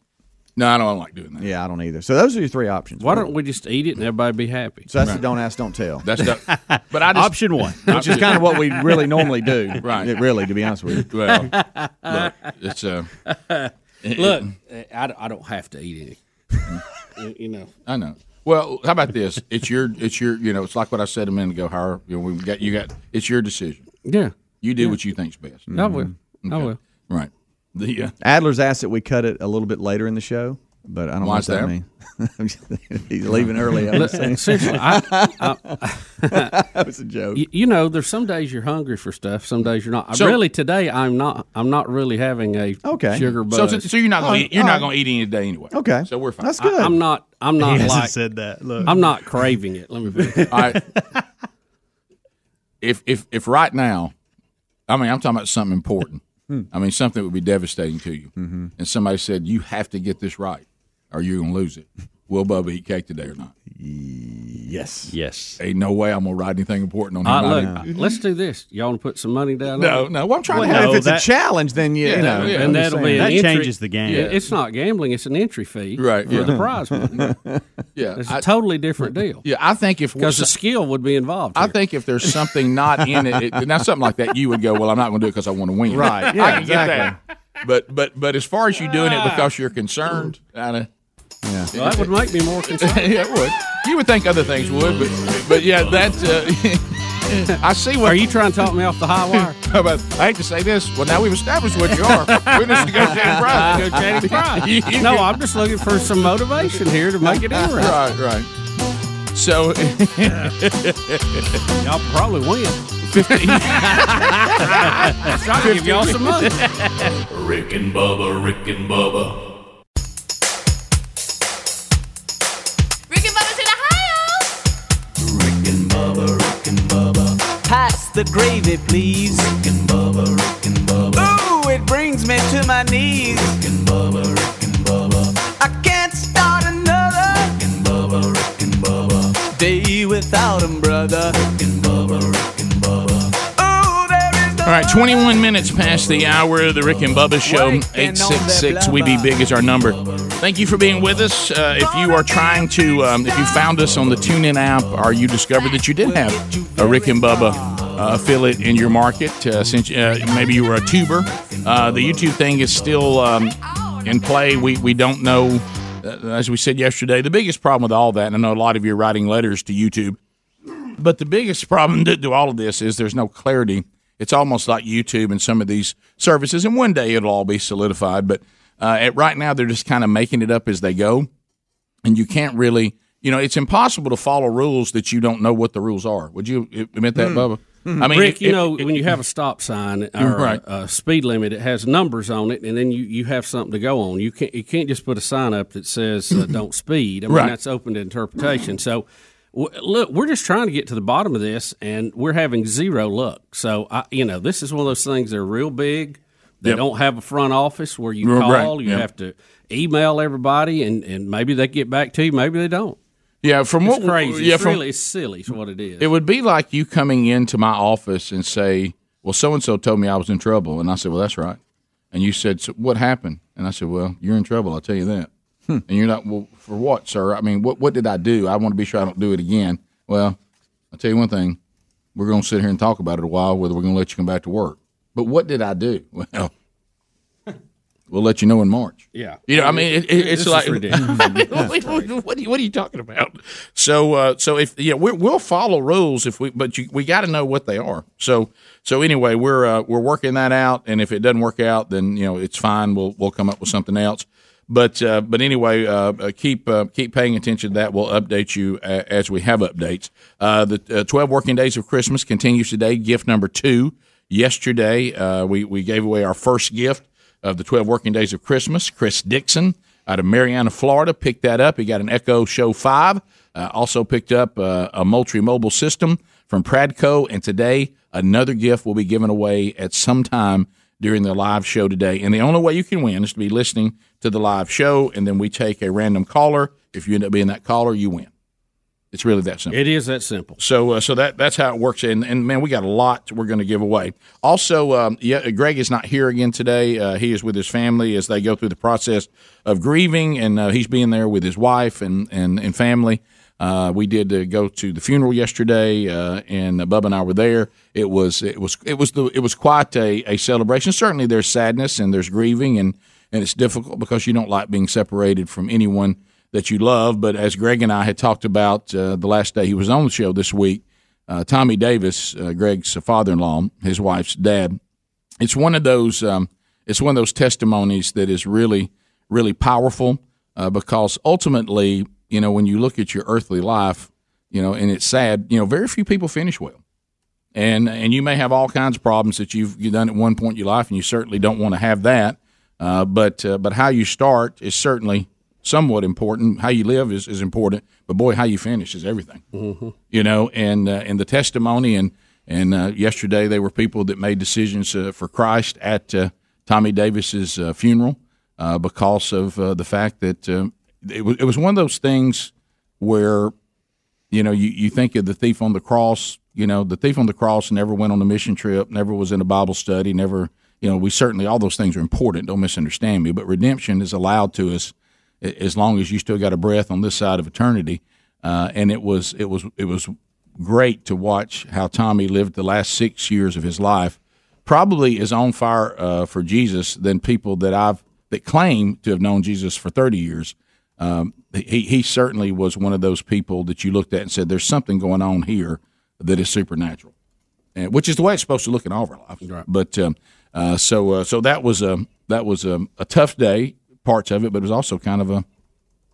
S5: No, I don't like doing that.
S8: Yeah, I don't either. So those are your three options.
S16: Why don't we just eat it and everybody be happy?
S8: So that's the don't ask, don't tell.
S5: That's the, but I just,
S6: option one,
S8: which is kind of what we really normally do.
S5: Right.
S8: It really, to be honest with you.
S5: Well, look, it's uh,
S16: Look, I, I don't have to eat any. you know.
S5: I know. Well, how about this? It's your, it's your, you know, it's like what I said a minute ago. Hire, you know, we got, you got, it's your decision.
S16: Yeah.
S5: You do
S16: Yeah.
S5: what you think's best.
S16: I will. I will.
S5: Right. The uh,
S8: Adler's asked that we cut it a little bit later in the show, but I don't know
S5: Why
S8: what
S5: is
S8: that
S5: that?
S8: means. He's leaving early. I'm
S16: Look,
S8: saying.
S16: Seriously, I, I,
S8: that was a joke.
S16: You, you know, there's some days you're hungry for stuff. Some days you're not.
S5: So- Oh,
S16: really, today I'm not. I'm not really having a
S8: Okay.
S16: sugar
S5: so,
S16: buzz.
S5: so, so you're not
S16: Oh,
S5: going, to you're
S16: all
S5: not
S16: right.
S5: going to eat any today anyway.
S8: Okay.
S5: So we're fine.
S8: That's
S16: I,
S8: good.
S16: I'm not. I'm
S6: He
S16: not
S6: hasn't
S16: like.
S6: said that. Look,
S16: I'm not craving it. Let me. Put it.
S5: All right. if if if right now, I mean, I'm talking about something important.
S8: Hmm.
S5: I mean, something that would be devastating to you,
S8: Mm-hmm.
S5: and somebody said you have to get this right, or you're gonna lose it. Will Bubba eat cake today or not?
S8: Yes.
S6: yes.
S5: Ain't no way I'm gonna write anything important on him.
S16: All right,
S5: writing.
S16: Uh, look, let's do this. Y'all want to put some money down?
S5: no,
S16: on it?
S5: no. Well, I'm trying
S8: Well,
S5: to help.
S6: no,
S8: if it's
S6: that-
S8: a challenge, then you,
S5: Yeah,
S8: you know,
S5: yeah.
S8: I'm
S16: and
S8: just
S16: that'll be an
S8: saying.
S6: That
S16: entry-
S6: changes the game.
S16: Yeah, It's not gambling. It's an entry fee
S5: Right,
S16: for
S5: yeah.
S16: the prize money.
S5: Yeah,
S16: It's a
S5: I,
S16: totally different deal
S5: yeah. I think if
S16: because the skill would be involved.
S5: I
S16: here.
S5: think if there's something not in it, it now something like that, you would go, "Well, I'm not going to do it because I want to win."
S8: Right. Yeah,
S5: I can get that. But but but as far as you doing it because you're concerned, I
S16: Well, that would make me more concerned.
S5: yeah, it would. You would think other things would, but but yeah, that uh, I see what
S16: Are you trying to talk me off the high wire?
S5: But I hate to say this. Well, now we've established what you are. We're just negotiating price.
S16: Negotiating price. no, I'm just looking for some motivation here to make it interesting.
S5: Right, right. So
S16: Y'all probably win. Trying to give y'all some money.
S4: Rick and Bubba, Rick and Bubba.
S1: Rick and Bubba's in Ohio.
S18: Pass the gravy, please. Rick and Bubba, Rick and Bubba. Ooh, it brings me to my knees. Rick and Bubba, Rick and Bubba. I can't start another. Rick and Bubba, Rick and Bubba. Day without 'em, brother. Rick and Bubba, Rick and Bubba. Ooh, there is no
S5: All right, 21 minutes past the hour of the Rick and Bubba Show. 866 We Be Big is our number. Thank you for being with us. Uh, if you are trying to, um, if you found us on the TuneIn app or you discovered that you did have a Rick and Bubba uh, affiliate in your market, uh, since uh, maybe you were a tuber, uh, the YouTube thing is still um, in play. We, we don't know, uh, as we said yesterday, the biggest problem with all that, and I know a lot of you are writing letters to YouTube. But the biggest problem to, to all of this is there's no clarity. It's almost like YouTube and some of these services, and one day it'll all be solidified. But uh, at right now, they're just kind of making it up as they go, and you can't really, you know, it's impossible to follow rules that you don't know what the rules are. Would you admit that, Bubba?
S8: Hmm.
S5: I
S16: Rick,
S5: it-
S16: you
S5: it-
S16: know,
S5: it-
S16: when you have a stop sign or
S5: Right.
S16: a, a speed limit, it has numbers on it, and then you, you have something to go on. You can't you can't just put a sign up that says uh, "Don't speed." I mean,
S5: Right.
S16: that's open to interpretation. So, w- look, we're just trying to get to the bottom of this, and we're having zero luck. So, I, you know, this is one of those things that are real big. They
S5: Yep.
S16: don't have a front office where you
S5: Right,
S16: call. You
S5: yeah.
S16: have to email everybody, and, and maybe they get back to you. Maybe they don't.
S5: yeah, from
S16: It's
S5: what
S16: crazy.
S5: yeah,
S16: it's
S5: from-
S16: really it's silly. Is what it is.
S5: It would be like you coming into my office and say, "Well, so and so told me I was in trouble," and I said, "Well, that's right." And you said, so "What happened?" And I said, "Well, you're in trouble. I'll tell you that."
S16: Hmm.
S5: And you're not well for what, sir? I mean, what what did I do? I want to be sure I don't do it again. Well, I'll tell you one thing. We're going to sit here and talk about it a while, whether we're going to let you come back to work. But what did I do? Well, we'll let you know in March.
S16: yeah.
S5: You know, I mean, it, it,
S16: This
S5: it's
S16: is
S5: like,
S16: ridiculous.
S5: I mean, what, what, are you, what are you talking about? So, uh, so if yeah, we we'll follow rules if we, but you, we got to know what they are. So, so anyway, we're uh, we're working that out, and if it doesn't work out, then you know it's fine. We'll we'll come up with something else. But uh, but anyway, uh, uh, keep uh, keep paying attention to that. We'll update you a- as we have updates. Uh, the uh, twelve working days of Christmas continues today. Gift number two. Yesterday, uh, we we gave away our first gift of the twelve working days of Christmas. Chris Dixon out of Marianna, Florida, picked that up. He got an Echo Show five. Uh, also picked up uh, a Moultrie mobile system from Pradco, and today another gift will be given away at some time during the live show today. And the only way you can win is to be listening to the live show, and then we take a random caller. If you end up being that caller, you win. It's really that simple.
S19: It is that simple.
S5: So, uh, so that that's how it works. And and man, we got a lot we're going to give away. Also, um, yeah, Greg is not here again today. Uh, he is with his family as they go through the process of grieving, and uh, he's being there with his wife and and and family. Uh, we did uh, go to the funeral yesterday, uh, and uh, Bubba and I were there. It was it was it was the it was quite a, a celebration. Certainly, there's sadness and there's grieving, and and it's difficult because you don't like being separated from anyone that you love. But as Greg and I had talked about uh, the last day he was on the show this week, uh, Tommy Davis, uh, Greg's father-in-law, his wife's dad, it's one of those um, it's one of those testimonies that is really really powerful uh, because ultimately you know when you look at your earthly life you know and it's sad you know very few people finish well and and you may have all kinds of problems that you've you done at one point in your life and you certainly don't want to have that uh, but uh, but how you start is certainly somewhat important how you live is, is important but boy how you finish is everything you know, and uh, and the testimony and and uh, yesterday they were people that made decisions uh, for Christ at uh, Tommy Davis's uh, funeral uh, because of uh, the fact that um, it was it was one of those things where you know you, you think of the thief on the cross. You know, the thief on the cross never went on a mission trip, never was in a Bible study, never. You know, we certainly all those things are important. Don't misunderstand me, but redemption is allowed to us a- as long as you still got a breath on this side of eternity uh, and it was it was it was great to watch how Tommy lived the last six years of his life. Probably is on fire uh, for Jesus than people that I've that claim to have known Jesus for thirty years. Um, he he certainly was one of those people that you looked at and said, "There's something going on here that is supernatural," and, which is the way it's supposed to look in all of our lives. But um, uh, so uh, so that was um, that was um, a tough day, parts of it, but it was also kind of a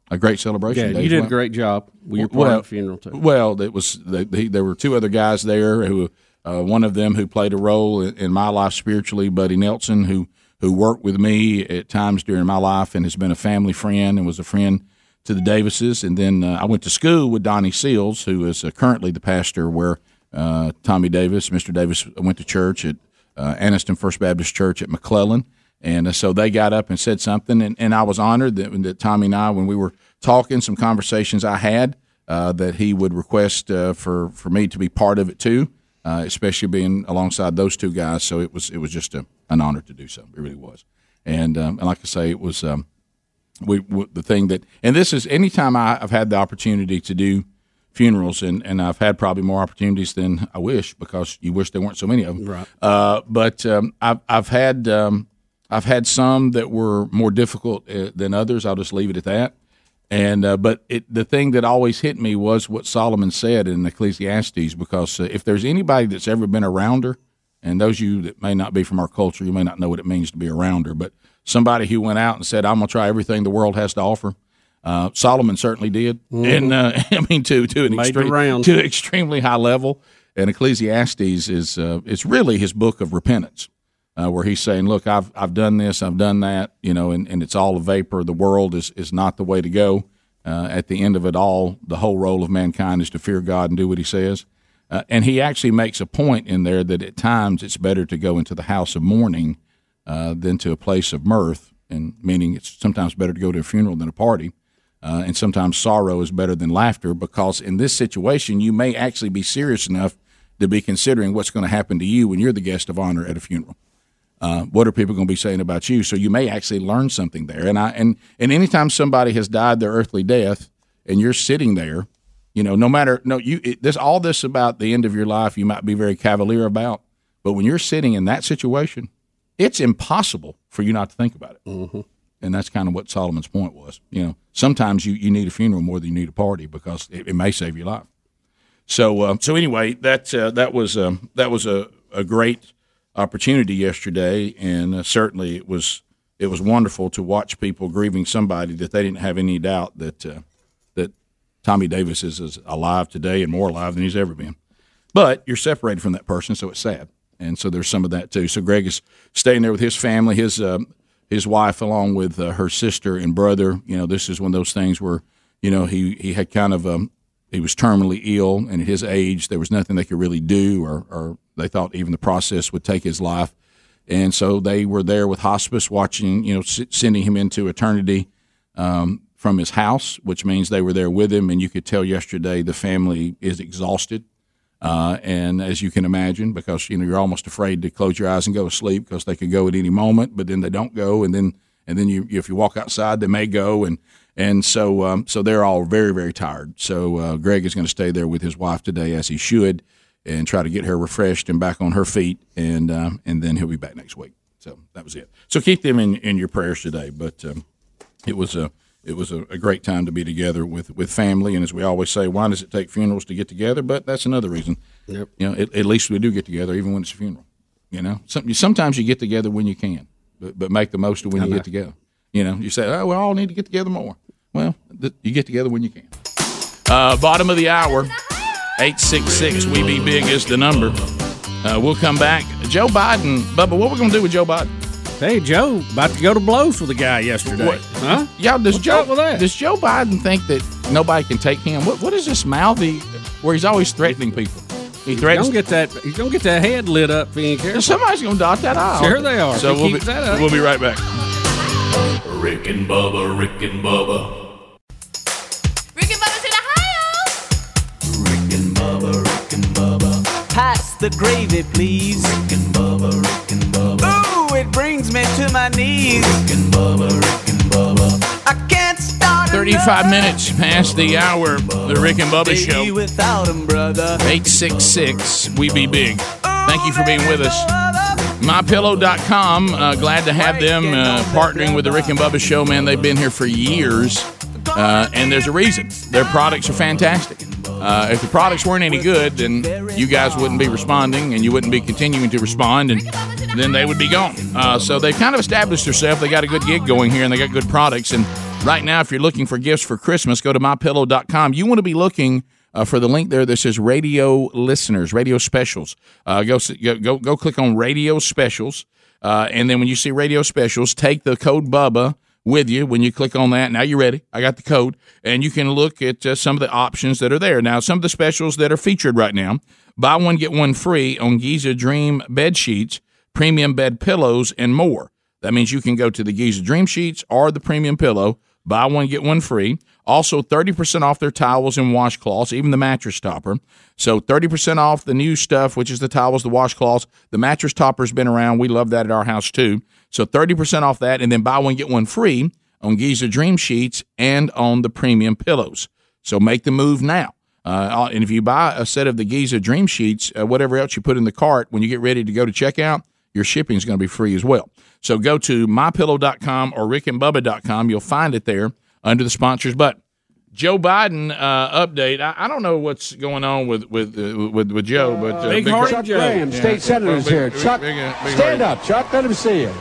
S5: a great celebration.
S19: Yeah,
S5: day
S19: you
S5: as
S19: did
S5: well.
S19: a great job with your
S5: Well-
S19: part of the funeral too.
S5: Well, it was they, they, there were two other guys there who uh, one of them who played a role in, in my life spiritually, Buddy Nelson, who who worked with me at times during my life and has been a family friend and was a friend to the Davises. And then uh, I went to school with Donnie Seals, who is uh, currently the pastor where uh, Tommy Davis, Mr. Davis, went to church at uh, Anniston First Baptist Church at McClellan. And uh, so they got up and said something, and, and I was honored that, that Tommy and I, when we were talking, some conversations I had, uh, that he would request uh, for for me to be part of it too, uh, especially being alongside those two guys. So it was it was just a, an honor to do so. It really was, and um, and like I say, it was um, we, w the thing that and this is anytime I, I've had the opportunity to do funerals, and and I've had probably more opportunities than I wish because you wish there weren't so many of them.
S19: Right.
S5: Uh, but um, I've I've had um, I've had some that were more difficult uh, than others. I'll just leave it at that. And uh, but it, the thing that always hit me was what Solomon said in Ecclesiastes, because uh, if there's anybody that's ever been a rounder, and those of you that may not be from our culture, you may not know what it means to be a rounder, but somebody who went out and said, "I'm going to try everything the world has to offer." Uh, Solomon certainly did,
S19: Mhm.
S5: and uh, I mean to to an
S19: Made the
S5: extreme
S19: rounds.
S5: to an extremely high level. And Ecclesiastes is uh, it's really his book of repentance uh, where he's saying, "Look, I've I've done this, I've done that, you know, and, and it's all a vapor. The world is is not the way to go. Uh, at the end of it all, the whole role of mankind is to fear God and do what He says." Uh, and he actually makes a point in there that at times it's better to go into the house of mourning uh, than to a place of mirth, and meaning it's sometimes better to go to a funeral than a party. Uh, and sometimes sorrow is better than laughter because in this situation, you may actually be serious enough to be considering what's going to happen to you when you're the guest of honor at a funeral. Uh, what are people going to be saying about you? So you may actually learn something there. And I and and anytime somebody has died their earthly death, and you're sitting there, you know, no matter no you it, this all this about the end of your life, you might be very cavalier about, but when you're sitting in that situation, it's impossible for you not to think about it. Mm-hmm. And that's kind of what Solomon's point was. You know, sometimes you, you need a funeral more than you need a party because it, it may save your life. So uh, so anyway, that uh, that was um, that was a, a great opportunity yesterday, and uh, certainly it was it was wonderful to watch people grieving somebody that they didn't have any doubt that uh, that Tommy Davis is, is alive today and more alive than he's ever been. But you're separated from that person, so it's sad, and so there's some of that too. So Greg is staying there with his family, his uh, his wife, along with uh, her sister and brother. You know, this is one of those things where you know he he had kind of um, he was terminally ill, and at his age, there was nothing they could really do, or, or they thought even the process would take his life. And so they were there with hospice, watching, you know, s- sending him into eternity um, from his house, which means they were there with him. And you could tell yesterday the family is exhausted. Uh, and as you can imagine, because, you know, you're almost afraid to close your eyes and go to sleep because they could go at any moment, but then they don't go. And then, and then you, if you walk outside, they may go. And, and so, um, so they're all very, very tired. So uh, Greg is going to stay there with his wife today, as he should, and try to get her refreshed and back on her feet, and uh, and then he'll be back next week. So that was it. So keep them in, in your prayers today. But um, it was a it was a, a great time to be together with with family, and as we always say, why does it take funerals to get together? But that's another reason.
S16: Yep.
S5: You know, at, at least we do get together, even when it's a funeral. You know, Some, sometimes you get together when you can, but, but make the most of when
S16: I
S5: you
S16: know.
S5: get together. You know, you say, oh, we all need to get together more. Well, th- you get together when you can. Uh, bottom of the hour, 866 We Be Big is the number. Uh, we'll come back. Joe Biden, Bubba, what we going to do with Joe Biden?
S16: Hey, Joe, about to go to blows with a guy yesterday.
S5: What?
S16: Huh?
S5: Y'all, does
S16: What's
S5: Joe,
S16: up with that?
S5: does Joe Biden think that nobody can take him? What, what is this mouthy where he's always threatening people? He
S16: He's
S5: threatens
S16: gonna get that. He's gonna get that head lit up if he ain't careful.
S5: Somebody's gonna dot that I.
S16: Sure they are.
S5: So
S16: He
S5: we'll be,
S16: keeps that up.
S5: we'll be right back.
S4: Rick and Bubba, Rick and Bubba.
S1: Rick and Bubba's in Ohio.
S20: Pass the gravy, please. Rick and Bubba, Rick and Bubba. Ooh, it brings me to my knees. Rick and Bubba, Rick and Bubba. I can't start
S21: 35 minutes past the hour, the Rick and Bubba Show.
S20: without 'em, brother.
S21: 866 We Be Big. Thank you for being with us. MyPillow.com, uh, glad to have them uh, partnering with the Rick and Bubba Show, man. They've been here for years, uh, and there's a reason. Their products are fantastic. Uh, if the products weren't any good, then you guys wouldn't be responding and you wouldn't be continuing to respond, and then they would be gone. Uh, so they've kind of established themselves. They got a good gig going here and they got good products. And right now, if you're looking for gifts for Christmas, go to mypillow.com. You want to be looking uh, for the link there that says radio listeners, radio specials. Uh, go, s- go, go, go click on radio specials. Uh, and then when you see radio specials, take the code Bubba with you when you click on that. Now you're ready. I got the code, and you can look at uh, some of the options that are there. Now, some of the specials that are featured right now: buy one get one free on Giza Dream bed sheets, premium bed pillows, and more. That means you can go to the Giza Dream sheets or the premium pillow. Buy one get one free. Also, 30% off their towels and washcloths, even the mattress topper. So, 30% off the new stuff, which is the towels, the washcloths. The mattress topper's been around. We love that at our house, too. So, 30% off that, and then buy one, get one free on Giza Dream Sheets and on the premium pillows. So, make the move now. Uh, and if you buy a set of the Giza Dream Sheets, uh, whatever else you put in the cart, when you get ready to go to checkout, your shipping is going to be free as well. So go to mypillow.com or rickandbubba.com. You'll find it there under the sponsors button. Joe Biden uh, update. I, I don't know what's going on with with uh, with, with Joe, but uh,
S22: Big
S21: Hardy
S22: Chuck Graham, state senator, is
S21: Big-
S22: here.
S21: big-
S22: Chuck,
S21: big, uh, big
S22: stand
S21: Hardy.
S22: up, Chuck. Let him see you.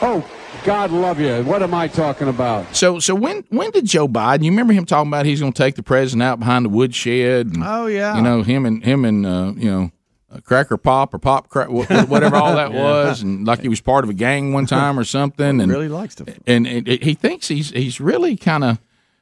S22: Oh, God love you. What am I talking about?
S5: So so when when did Joe Biden? You remember him talking about he's going to take the president out behind the woodshed? And,
S23: Oh, yeah.
S5: you know him and him and uh, you know. uh, Cracker Pop or Pop Crack, wh- wh- whatever all that
S23: Yeah.
S5: was, and like he was part of a gang one time or something. And
S23: really likes to.
S5: and, and it- he thinks he's he's really kind of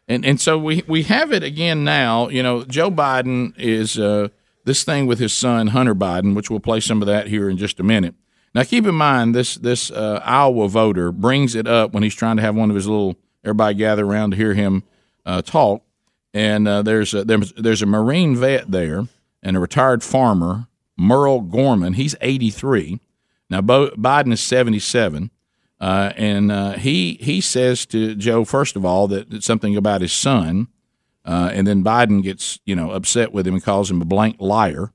S5: and and so we we have it again now you know Joe Biden is uh, this thing with his son Hunter Biden which we'll play some of that here in just a minute now keep in mind this this uh, Iowa voter brings it up when he's trying to have one of his little everybody gather around to hear him uh, talk and uh, there's a, there's there's a Marine vet there and a retired farmer Merle Gorman he's 83 now Bo- Biden is 77 uh, and uh, he he says to Joe first of all that, that something about his son, uh, and then Biden gets you know upset with him and calls him a blank liar.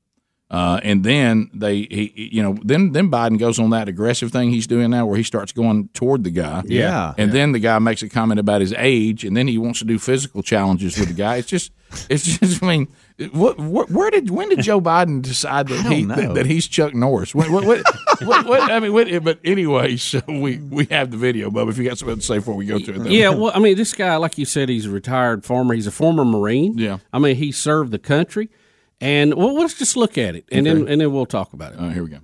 S5: Uh, and then they, he, he- you know, then then Biden goes on that aggressive thing he's doing now, where he starts going toward the guy.
S8: Yeah.
S5: And then the guy makes a comment about his age, and then he wants to do physical challenges with the guy. It's just, it's just. I mean, what, what, where did when did Joe Biden decide that
S8: don't
S5: he
S8: know.
S5: that, that he's Chuck Norris? What, what, what, what, what- I mean, what, but anyway, so we we have the video, Bub. If you got something to say before we go to it, though.
S16: Yeah, well, I mean, this guy, like you said, he's a retired farmer. He's a former Marine. Yeah. I mean, he served the country. And well, let's just look at it, and then
S5: Okay.
S16: and then we'll talk about it.
S5: All right, here we go.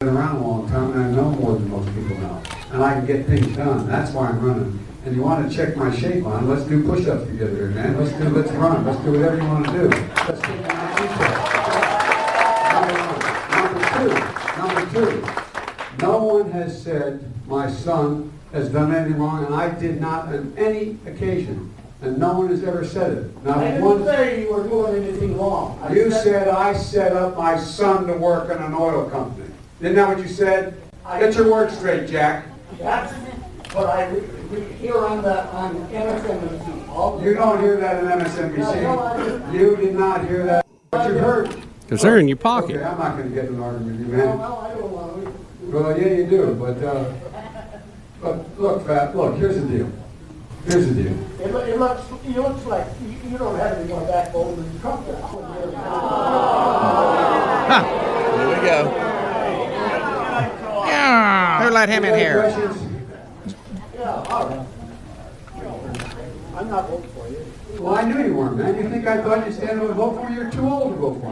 S15: been around a long time and I know more than most people know. And I can get things done. That's why I'm running. And you want to check my shape on, let's do push-ups together, here, man. Let's do, let's run. Let's do whatever you want to do. Let's do Number one. Number two, number two, no one has said my son has done anything wrong and I did not on any occasion. And no one has ever said it. Not
S24: I
S15: one.
S24: didn't say you were doing anything wrong. I
S15: You said I set up my son to work in an oil company. Isn't that what you said? Get your words straight, Jack.
S24: That's what I re- re- hear on the, on MSNBC all the
S15: You don't
S24: time.
S15: hear that in
S24: No, I
S15: MSNBC.
S24: didn't.
S15: You did not hear that. What you heard.
S16: Because they're in your pocket.
S15: Okay, I'm not going to get in an argument with you,
S24: No,
S15: man.
S24: no, I don't want to.
S15: Well, yeah, you do, but, uh, but look, Fat, look, here's the deal. Here's the deal.
S24: It, loo- it looks, it looks like you, you don't have any more backbone than Trump does.
S8: Here we go.
S15: Yeah.
S8: Who let him in here?
S24: Yeah, all right. I'm not voting for you.
S15: Well, I knew you weren't, man. You think I thought you'd stand up and vote for me? You're too old to vote for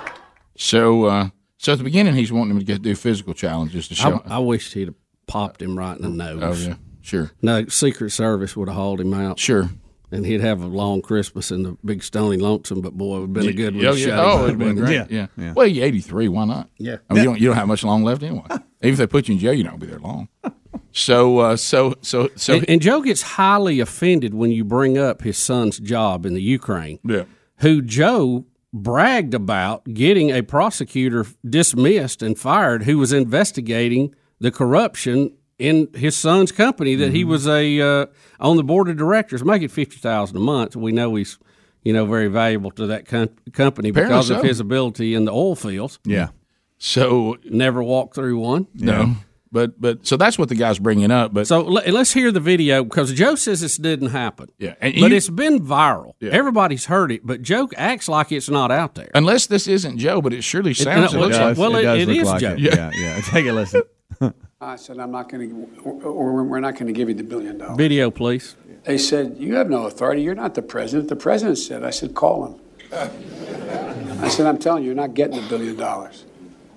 S15: me.
S5: So, uh, so at the beginning, he's wanting him to get do physical challenges to show.
S16: I, I wished he'd have popped him right in the nose.
S5: Oh, yeah. Sure.
S16: No, Secret Service would have hauled him out.
S5: Sure.
S16: And he'd have a long Christmas in the big stony lonesome, but boy, it would have been a good one.
S5: Yeah,
S16: to
S5: yeah.
S16: shut him
S5: Oh,
S16: up,
S5: it'd been
S16: wouldn't
S5: great.
S16: it?
S5: Yeah. Well, you're 83. Why not?
S16: Yeah.
S5: I mean, you don't, you don't have much long left anyway. Even if they put you in jail, you don't be there long. So, uh, so, so, so.
S16: and, and Joe gets highly offended when you bring up his son's job in the Ukraine.
S5: Yeah.
S16: Who Joe bragged about getting a prosecutor dismissed and fired who was investigating the corruption in his son's company that he was a uh, on the board of directors making 50,000 a month. We know he's you know very valuable to that com- company
S5: Apparently
S16: because of
S5: so.
S16: his ability in the oil fields.
S5: Yeah. So
S16: never walked through one.
S5: No. But but so that's what the guy's bringing up. But
S16: so let, let's hear the video because Joe says this didn't happen.
S5: Yeah,
S16: but
S5: and you-
S16: it's been viral. Everybody's heard it, but Joe acts like it's not out there.
S5: Unless this isn't Joe, but it surely
S16: It-
S5: sounds.
S16: no, it does. Well, It does it look is like
S5: Joe.
S16: it. Yeah.
S5: yeah, Take a listen.
S1: I said, I'm not going to, or we're not going to give you the billion dollars.
S16: Video, please.
S1: They said, You have no authority. You're not the president. The president said, I said, Call him. I said, I'm telling you, you're not getting the billion dollars.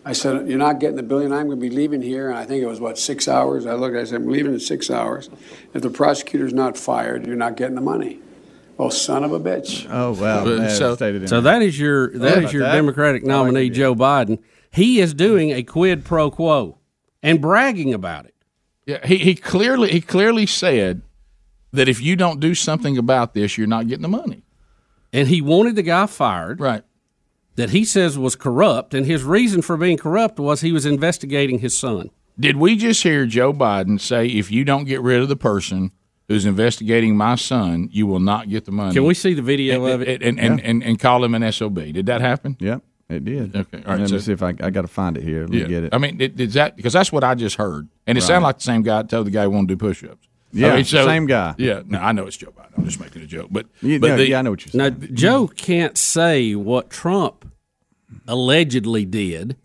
S1: I said, You're not getting the billion. I'm going to be leaving here. And I think it was, what, six hours? I looked, I said, I'm leaving in six hours. If the prosecutor's not fired, you're not getting the money. Oh, son of a bitch.
S8: Oh wow.
S16: But-
S8: Man,
S16: so,
S8: it stayed in
S16: so
S8: there.
S16: that is your
S8: Yeah,
S16: that is
S8: but
S16: your
S8: that-
S16: Democratic nominee Joe Biden. He is doing a quid pro quo and bragging about it.
S5: Yeah, he, he clearly he clearly said that if you don't do something about this, you're not getting the money.
S16: And he wanted the guy fired,
S5: right?
S16: That he says was corrupt, and his reason for being corrupt was he was investigating his son.
S5: Did we just hear Joe Biden say, "If you don't get rid of the person who's investigating my son, you will not get the money"?
S16: Can we see the video
S5: and,
S16: of it?
S5: And and, and and call him an sob? Did that happen?
S8: Yep, it did.
S5: Okay, all right,
S8: Let
S5: so-
S8: me see if I, I got to find it here. Let me get it.
S5: I mean, it, is that because that's what I just heard, and it sounded
S8: Right.
S5: like the same guy told the guy he wanted to do push-ups.
S8: Yeah,
S5: I mean, so-
S8: same guy.
S5: Yeah, no, I know it's Joe Biden. I'm just making a joke, but
S8: You-
S5: but
S8: no,
S5: the-
S8: yeah, I know what you're
S16: Now, Joe can't say what Trump allegedly did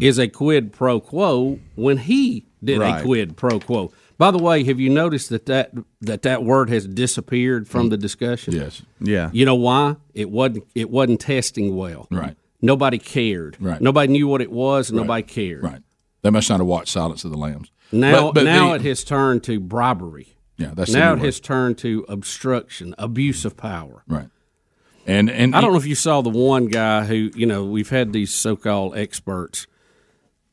S16: is a quid pro quo when he did
S8: Right.
S16: a quid pro quo. By the way, have you noticed that that, that that word has disappeared from the discussion?
S5: Mm. Yes.
S8: Yeah.
S16: You know why? It wasn't it wasn't testing well.
S5: Right.
S16: Nobody cared.
S5: Right.
S16: Nobody knew what it was and
S5: Right.
S16: nobody cared.
S5: Right. They must not have watched Silence of the Lambs.
S16: Now
S5: But- but
S16: now
S5: the-
S16: it has turned to bribery.
S5: Yeah, that's the
S16: now
S5: new
S16: it has turned to obstruction, abuse of power.
S5: Right. And and
S16: I don't know if you saw the one guy who you know we've had these so-called experts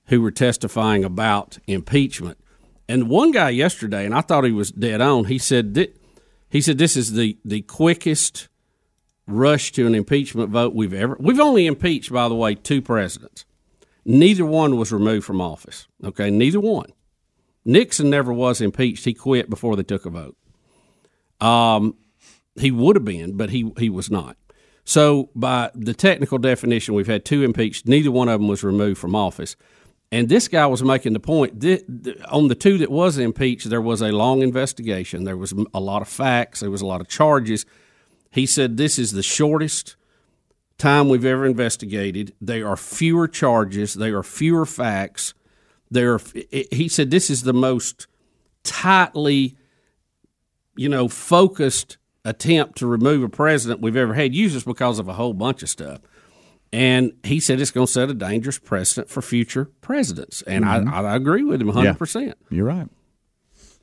S16: who were testifying about impeachment, and one guy yesterday, and I thought he was dead on. He said that he said this is the the quickest rush to an impeachment vote we've ever. We've only impeached, by the way, two presidents. Neither one was removed from office. Okay, neither one. Nixon never was impeached. He quit before they took a vote. Um, he would have been, but he he was not. So, by the technical definition, we've had two impeached. Neither one of them was removed from office. And this guy was making the point that that on the two that was impeached, there was a long investigation. There was a lot of facts. There was a lot of charges. He said this is the shortest time we've ever investigated. There are fewer charges. There are fewer facts. There, are, he said, this is the most tightly, you know, focused attempt to remove a president we've ever had. Usually, it's because of a whole bunch of stuff. And he said it's going to set a dangerous precedent for future presidents. And
S25: Mhm.
S16: I, I agree with him 100%.
S6: Mm-hmm. You're right.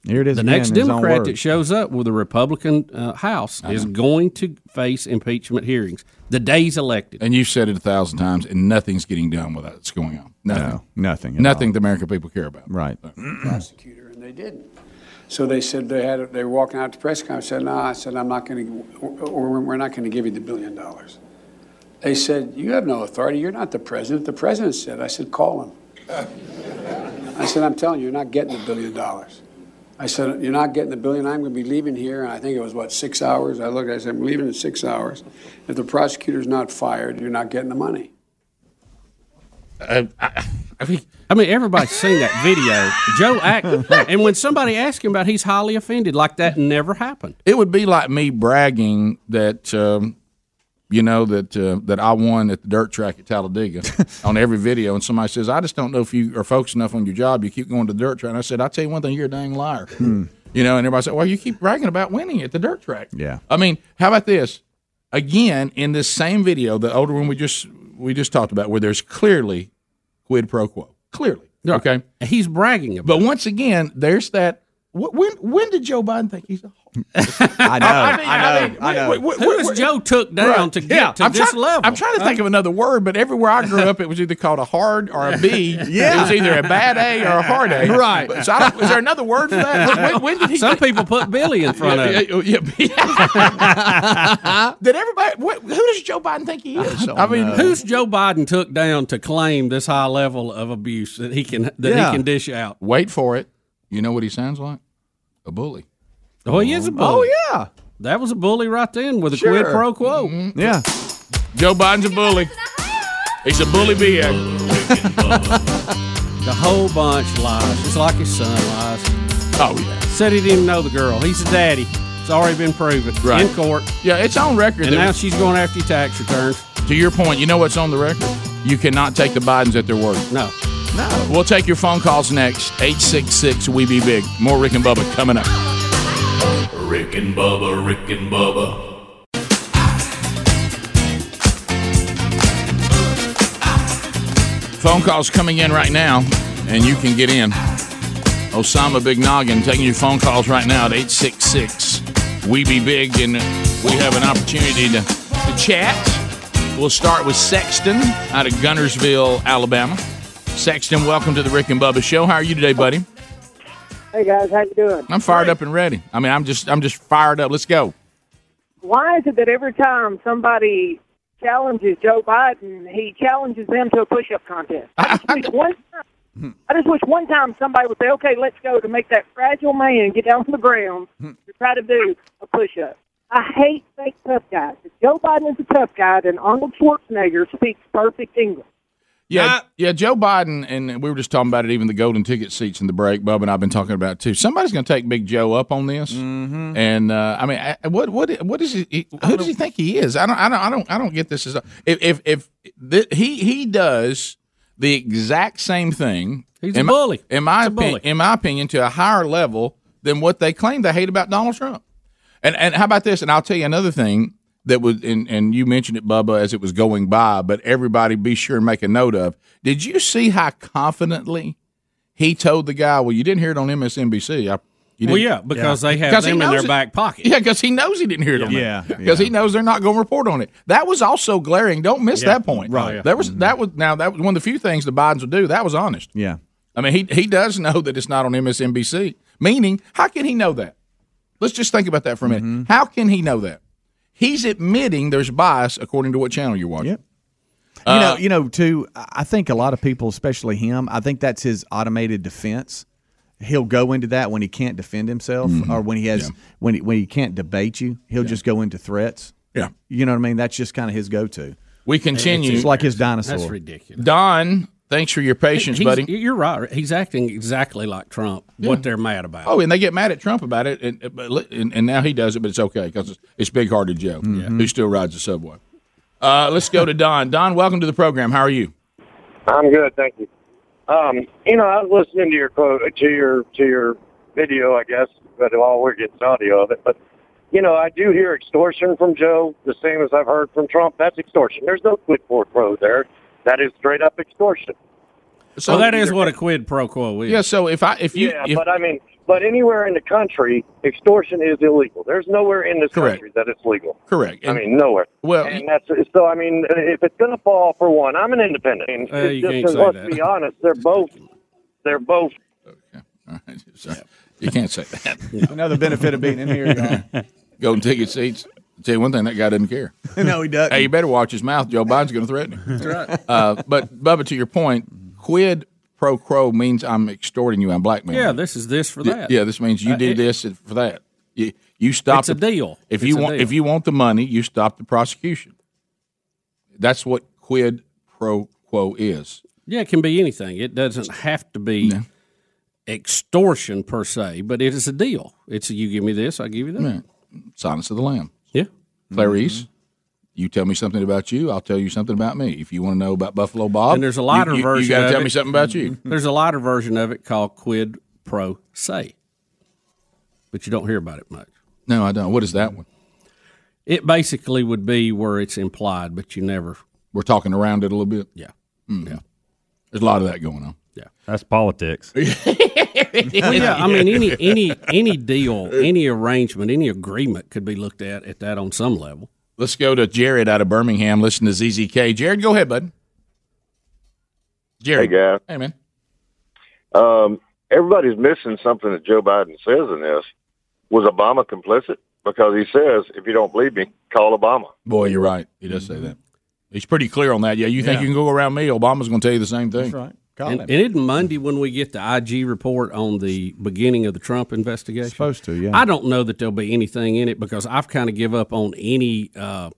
S6: Here it is.
S16: The
S6: again
S16: next
S6: in his own
S16: Democrat that
S6: words.
S16: shows up with a Republican uh, House
S5: I
S16: is
S5: know.
S16: going to face impeachment hearings the day's elected.
S5: And you've said it a thousand times, and nothing's getting done without it's going on. Nothing.
S6: No, nothing at
S5: Nothing the American people care about.
S6: Right.
S1: prosecutor, and they didn't. So they said they had, they were walking out to press conference, said, no, I said, I'm not going to, or we're not going to give you the billion dollars. They said, you have no authority, you're not the president. The president said, I said, call him. I said, I'm telling you, you're not getting the billion dollars. I said, you're not getting the billion, I'm going to be leaving here, and I think it was, what, six hours? I looked, I said, I'm leaving in six hours. If the prosecutor's not fired, you're not getting the money.
S16: I mean, I mean, everybody's seen that video. Joe act, and when somebody asks him about, it, he's highly offended. Like that never happened.
S5: It would be like me bragging that, um, you know, that uh, that I won at the dirt track at Talladega on every video, and somebody says, "I just don't know if you are focused enough on your job. You keep going to the dirt track." And I said, "I tell you one thing, you're a dang liar." You know, and everybody said, "Well, you keep bragging about winning at the dirt track."
S6: Yeah.
S5: I mean, how about this? Again, in this same video, the older one we just we just talked about, where there's clearly quid pro quo, clearly. Okay,
S16: he's bragging about.
S5: But once again, there's that. wh- When when did Joe Biden think he's?
S6: I
S16: know,
S6: I know, I know.
S16: Who is Joe took down to get to
S5: I'm
S16: this
S5: trying,
S16: level?
S5: I'm trying to think of another word, but everywhere I grew up, it was either called a hard or a B.
S16: Yeah.
S5: It was either a bad A or a hard A.
S16: Right.
S5: But- So I don't, is there another word for that? When- when- when did he
S16: Some people put Billy in front of. it.
S5: Yeah, yeah, yeah. Did everybody? What, who does Joe Biden think he is? Uh,
S16: I mean, who's Joe Biden took down to claim this high level of abuse that he can that
S5: Yeah.
S16: he can dish out?
S5: Wait for it. You know what he sounds like? A bully.
S16: Oh, he is a bully.
S6: Oh yeah,
S16: that was a bully right then with a quid
S5: Sure. Mm-hmm.
S16: pro quo.
S6: Yeah,
S5: Joe Biden's a bully. He's a bully BA.
S16: The whole bunch lies, just like his son lies.
S5: Oh yeah,
S16: said he didn't know the girl. He's the daddy. It's already been proven
S5: Right.
S16: in court.
S5: Yeah, it's on record.
S16: And
S5: that-
S16: now she's going after your tax returns.
S5: To your point, you know what's on the record? You cannot take the Bidens at their word.
S16: No.
S5: No. We'll take your phone calls next. 866 We Be Big. E More Rick and Bubba coming up.
S4: Rick and Bubba, Rick and Bubba,
S5: Phone calls coming in right now, and you can get in. Osama Big Noggin taking your phone calls right now at 866 We Be Big, E and we have an opportunity to, to chat. We'll start with Sexton out of Gunnersville, Alabama. Sexton, welcome to the Rick and Bubba Show. How are you today, buddy?
S15: Hey guys, how you doing?
S5: I'm fired up and ready. I mean, I'm just I'm just fired up. Let's go.
S15: Why is it that every time somebody challenges Joe Biden, he challenges them to a push-up contest? I just wish one time, I just wish one time somebody would say, "Okay, let's go," to make that fragile man get down from the ground to try to do a push-up. I hate fake tough guys. If Joe Biden is a tough guy, then Arnold Schwarzenegger speaks perfect English.
S5: Yeah, yeah. Joe Biden, and we were just talking about it. Even the golden ticket seats in the break, Bub and I've been talking about it too. Somebody's going to take Big Joe up on this, mm-hmm. and uh, I mean, I, what, what, what is he? he- Who does he think he is? I don't, I don't, I don't, I don't get this. As a, if, if, if th- he he does the exact same thing,
S16: He's
S5: in
S16: a
S5: my-
S16: bully.
S5: in my
S16: He's a bully.
S5: opinion, in my opinion, to a higher level than what they claim they hate about Donald Trump. And and how about this? And I'll tell you another thing that was and, and you mentioned it, Bubba, as it was going by, but everybody be sure and make a note of. Did you see how confidently he told the guy? Well, you didn't hear it on MSNBC. I, you
S16: Well,
S5: didn't-
S16: yeah, because they have
S5: 'Cause he
S16: them in
S5: knows
S16: their
S5: it-
S16: back pocket.
S5: Yeah, because he knows he didn't hear it on
S16: Yeah.
S5: that. Because he knows they're not going to report on it. That was also glaring. Don't miss
S6: Yeah.
S5: that point.
S6: Right. Oh, yeah.
S5: That was that was now that was one of the few things the Bidens would do. That was honest.
S6: yeah.
S5: I mean, he he does know that it's not on MSNBC. Meaning, how can he know that? Let's just think about that for a minute.
S6: Mm-hmm.
S5: How can he know that? He's admitting there's bias according to what channel you're watching.
S6: You know,
S5: Uh,
S6: you know, too. I I think a lot of people, especially him, I think that's his automated defense. He'll go into that
S5: Mm-hmm.
S6: when he can't defend himself, or when he has when he, when he can't debate you. He'll just go into threats.
S26: Yeah.
S6: You know what I mean? That's just kind of his go to.
S5: We continue.
S6: It's like his dinosaur.
S16: That's ridiculous.
S5: Don, thanks for your patience,
S16: He's-
S6: e-
S5: buddy.
S16: You're right. He's acting exactly like Trump.
S5: Yeah.
S16: What they're mad about.
S5: Oh, and they get mad at Trump about it, and uh, but li- and, and now he does it, but it's okay because it's, it's big-hearted Joe
S6: Mm-hmm.
S5: who still rides the subway. Uh, let's go to Don. Don, welcome to the program. How are you?
S15: I'm good, thank you. Um, you know, I was listening to your quote, to your to your video, I guess, but all we're getting is audio of it. But you know, I do hear extortion from Joe, the same as I've heard from Trump. That's extortion. There's no quid pro quo there. That is straight up extortion.
S16: So that is what a quid pro quo is.
S5: Yeah. So if I if
S15: yeah, but I mean, but anywhere in the country, extortion is illegal. There's nowhere in this
S5: Correct.
S15: country that it's legal.
S5: Correct.
S15: I mean, nowhere.
S5: Well,
S15: and that's so. I mean, if it's going to fall for one, I'm an independent. And
S5: Uh,
S15: it's
S5: you
S15: just-
S5: can't say
S15: let's
S5: that.
S15: be honest, they're both. They're both.
S5: You can't say that.
S6: Another benefit of being in here, y'all.
S5: Golden ticket seats. I'll tell you one thing, that guy doesn't care.
S6: no, he doesn't.
S5: Hey, you better watch his mouth. Joe Biden's going to threaten him. That's
S6: right.
S5: Uh, but Bubba, to your point, quid pro quo means I'm extorting you. I'm blackmailing.
S16: Yeah,
S5: you.
S16: this is this for
S5: Yeah,
S16: that.
S5: Yeah, this means you
S16: Uh,
S5: did
S16: it-
S5: this for that. You, you stop.
S16: It's a deal.
S5: If
S16: It's
S5: you
S16: a
S5: want,
S16: deal.
S5: if you want the money, you stop the prosecution. That's what quid pro quo is.
S16: Yeah, it can be anything. It doesn't have to be extortion per se, but it is a deal. It's a, you give me this, I give you that.
S5: Yeah. Silence of the Lamb.
S16: Yeah.
S5: Clarice, you tell me something about you, I'll tell you something about me. If you want to know about Buffalo Bob,
S16: and there's a lighter
S5: you, you,
S16: version.
S5: You got to
S16: of
S5: tell
S16: it.
S5: me something about you.
S16: There's a lighter version of it called quid pro se, but you don't hear about it much.
S5: No, I don't. What is that one?
S16: It basically would be where it's implied, but you never.
S5: We're talking around it a little bit.
S16: Yeah.
S5: Yeah. There's a lot of that going on.
S16: Yeah.
S27: That's politics.
S16: well, yeah, I mean, any any any deal, any arrangement, any agreement could be looked at at that on some level.
S5: Let's go to Jared out of Birmingham. Listen to ZZK. Jared, go ahead, bud. Jared.
S28: Hey, guys.
S5: Hey, man.
S28: Um, everybody's missing something that Joe Biden says in this. Was Obama complicit? Because he says, if you don't believe me, call Obama.
S5: Boy, you're right. He does say that. He's pretty clear on that. Yeah, you think
S16: Yeah.
S5: you can go around me? Obama's going to tell you the same thing.
S6: Oh,
S16: And, and isn't Monday when we get the IG report on the beginning of the Trump investigation?
S6: supposed to, yeah.
S16: I don't know that there'll be anything in it because I've kind of give up on any uh,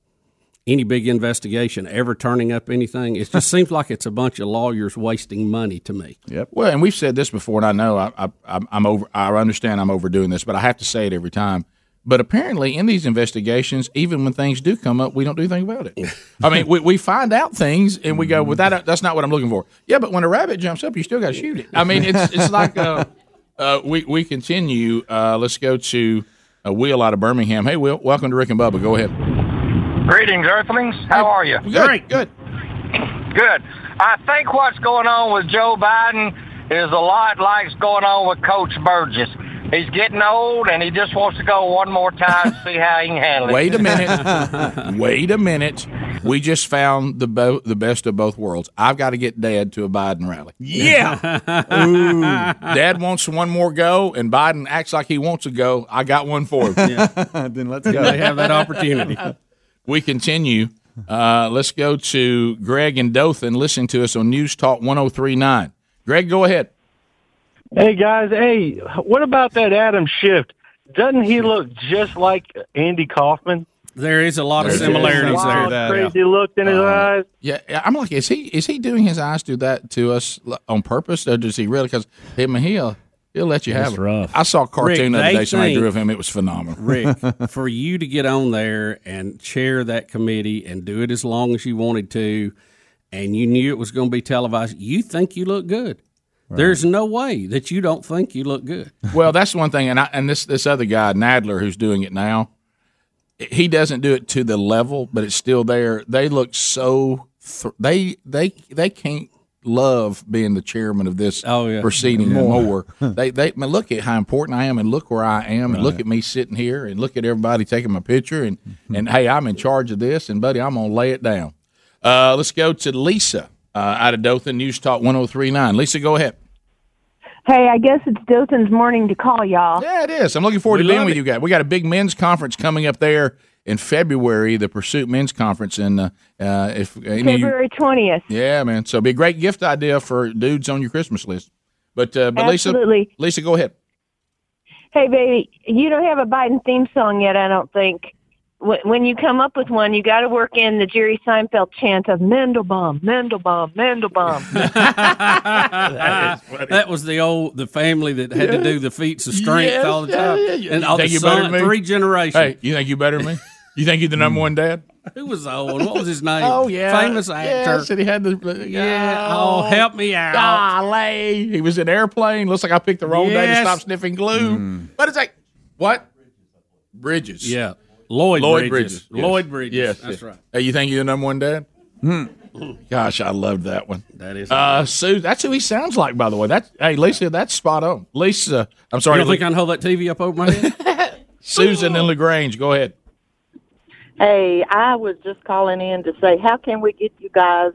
S16: any big investigation ever turning up anything. It just seems like it's a bunch of lawyers wasting money to me.
S6: Yep.
S5: Well, and we've said this before, and I know I, I, I'm- I'm over. I understand I'm overdoing this, but I have to say it every time. But apparently, in these investigations, even when things do come up, we don't do anything about it. I mean, we, we find out things and we go, "Well, that that's not what I'm looking for." Yeah, but when a rabbit jumps up, you still got to shoot it. I mean, it's it's like uh, uh, we we continue. Uh, let's go to uh, Will out of Birmingham. Hey, Will, welcome to Rick and Bubba. Go ahead.
S29: Greetings, Earthlings. How are you?
S5: Good, Great. good.
S29: Good. I think what's going on with Joe Biden is a lot like's going on with Coach Burgess. He's getting old, and he just wants to go one more time to see how he can handle it.
S5: Wait a minute. Wait a minute. We just found the bo- the best of both worlds. I've got to get Dad to a Biden rally.
S16: Yeah.
S5: Dad wants one more go, and Biden acts like he wants a go. I got one for him.
S6: then let's
S5: go.
S16: They have that opportunity.
S5: We continue. Uh, let's go to Greg and Dothan listening to us on News Talk 1039. Greg, go ahead.
S30: Hey guys, hey, what about that Adam Shift? Doesn't he look just like Andy Kaufman?
S16: There is a lot of
S5: There's-
S16: similarities
S5: there's
S16: there. Um,
S5: wild, crazy
S30: He looked in his eyes.
S5: Yeah, I'm like, is he is he doing his eyes do that to us l- on purpose, or does he really? Because him he'll he'll let you have
S16: That's
S5: it.
S16: rough.
S5: I saw a
S16: Rick,
S5: cartoon the other
S16: they
S5: day. Somebody
S16: think-
S5: drew of him. It was phenomenal.
S16: Rick, for you to get on there and chair that committee and do it as long as you wanted to, and you knew it was going to be televised, you think you look good. There's no way that you don't think you look good.
S5: Well, that's one thing, and I, and this this other guy Nadler who's doing it now, he doesn't do it to the level, but it's still there. They look so thr they they they can't love being the chairman of this proceeding
S26: Oh, Yeah.
S5: more. they they man, look at how important I am, and look where I am, and look
S26: Right. Mm-hmm.
S5: at me sitting here, and look at everybody taking my picture, and and hey, I'm in charge of this, and buddy, I'm gonna lay it down. Uh, let's go to Lisa uh, out of Dothan News Talk 1039. Lisa, go ahead.
S1: Hey, I guess it's Dothan's morning to call y'all.
S5: Yeah, it is. I'm looking forward
S1: We
S5: to being
S1: love
S5: with
S1: it.
S5: you guys. We got a big men's conference coming up there in February, the Pursuit Men's Conference, and uh, uh, if any of you,
S1: February twentieth.
S5: yeah, man, so it'd be a great gift idea for dudes on your Christmas list. But uh, but
S1: Absolutely.
S5: Lisa, Lisa, go ahead.
S1: Hey, baby, you don't have a Biden theme song yet, I don't think.
S31: wh- when you come up with one, you got to work in the Jerry Seinfeld chant of Mendelbaum, Mendelbaum, Mendelbaum.
S16: that was the old the family that had to do the feats of strength
S5: Yes,
S16: all the
S5: yeah,
S16: time.
S5: yeah, yeah.
S16: And
S5: You
S16: all the
S5: think you better
S16: son,
S5: than me?
S16: three generations.
S5: Hey, you think you better than me? You think you're the number one dad?
S16: Who was the old one? What was his name?
S5: Hmm. Oh, yeah.
S16: famous
S5: Yeah,
S16: actor.
S5: said he had the uh,
S16: yeah. Oh, help me out.
S5: Golly, he was in airplane. Looks like I picked the wrong day to
S16: Yes.
S5: stop sniffing glue. But it's like what? Bridges.
S16: Yeah, Lloyd Bridges. Lloyd
S5: Yes.
S16: Bridges. Hmm.
S5: Yes,
S16: That's
S5: yes.
S16: right.
S5: Hey, you think you're the number one dad? Hmm. Gosh, I loved that one.
S16: That is.
S5: Uh, Sue, that's who he sounds like, by the way. That's hey, Lisa, that's spot on. Lisa, I'm sorry.
S16: You don't think I can hold that TV up over my head?
S5: Susan in Lagrange, go ahead.
S1: Hey, I was just calling in to say, how can we get you guys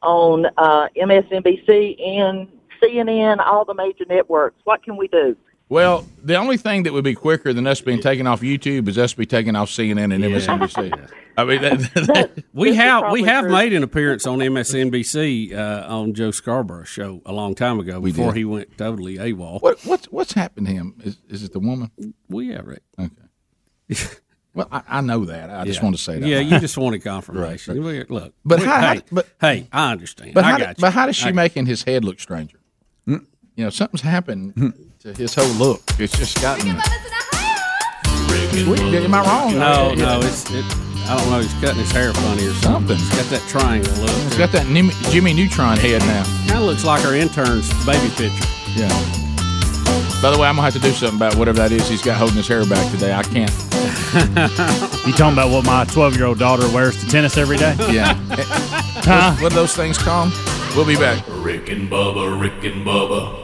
S1: on uh, MSNBC and CNN, all the major networks? What can we do?
S5: Well, the only thing that would be quicker than us being taken off YouTube is us be taken off CNN and MSNBC. I mean, that,
S16: We have we have
S5: true.
S16: made an appearance on MSNBC uh, on Joe Scarborough's show a long time ago
S5: We
S16: before
S5: did.
S16: he went totally AWOL.
S5: What what's what's happened to him? Is is it the woman?
S16: Well, yeah, Rick.
S5: Okay. well, I, I know that. I just
S16: Yeah.
S5: want to say that.
S16: Yeah, you just wanted confirmation. We- Look,
S5: But
S16: we-
S5: how- how-
S16: hey,
S5: but-
S16: hey, I understand.
S5: But
S16: I
S5: how,
S16: got
S5: did,
S16: you.
S5: but how does she
S16: I-
S5: making his head look stranger? You know, something's happened to his whole look. It's just gotten. Wait, Am I wrong?
S16: No, no, it's it, I don't know. He's cutting his hair funny or something. He's got that triangle look.
S5: He's got that Nim- Jimmy Neutron head now.
S16: Kind of looks like our intern's baby picture.
S5: Yeah. By the way, I'm gonna have to do something about whatever that is he's got holding his hair back today. I can't.
S6: You talking about what my 12 year old daughter wears to tennis every day?
S5: Yeah. What are those things called? We'll be back.
S32: Rick and Bubba, Rick and Bubba.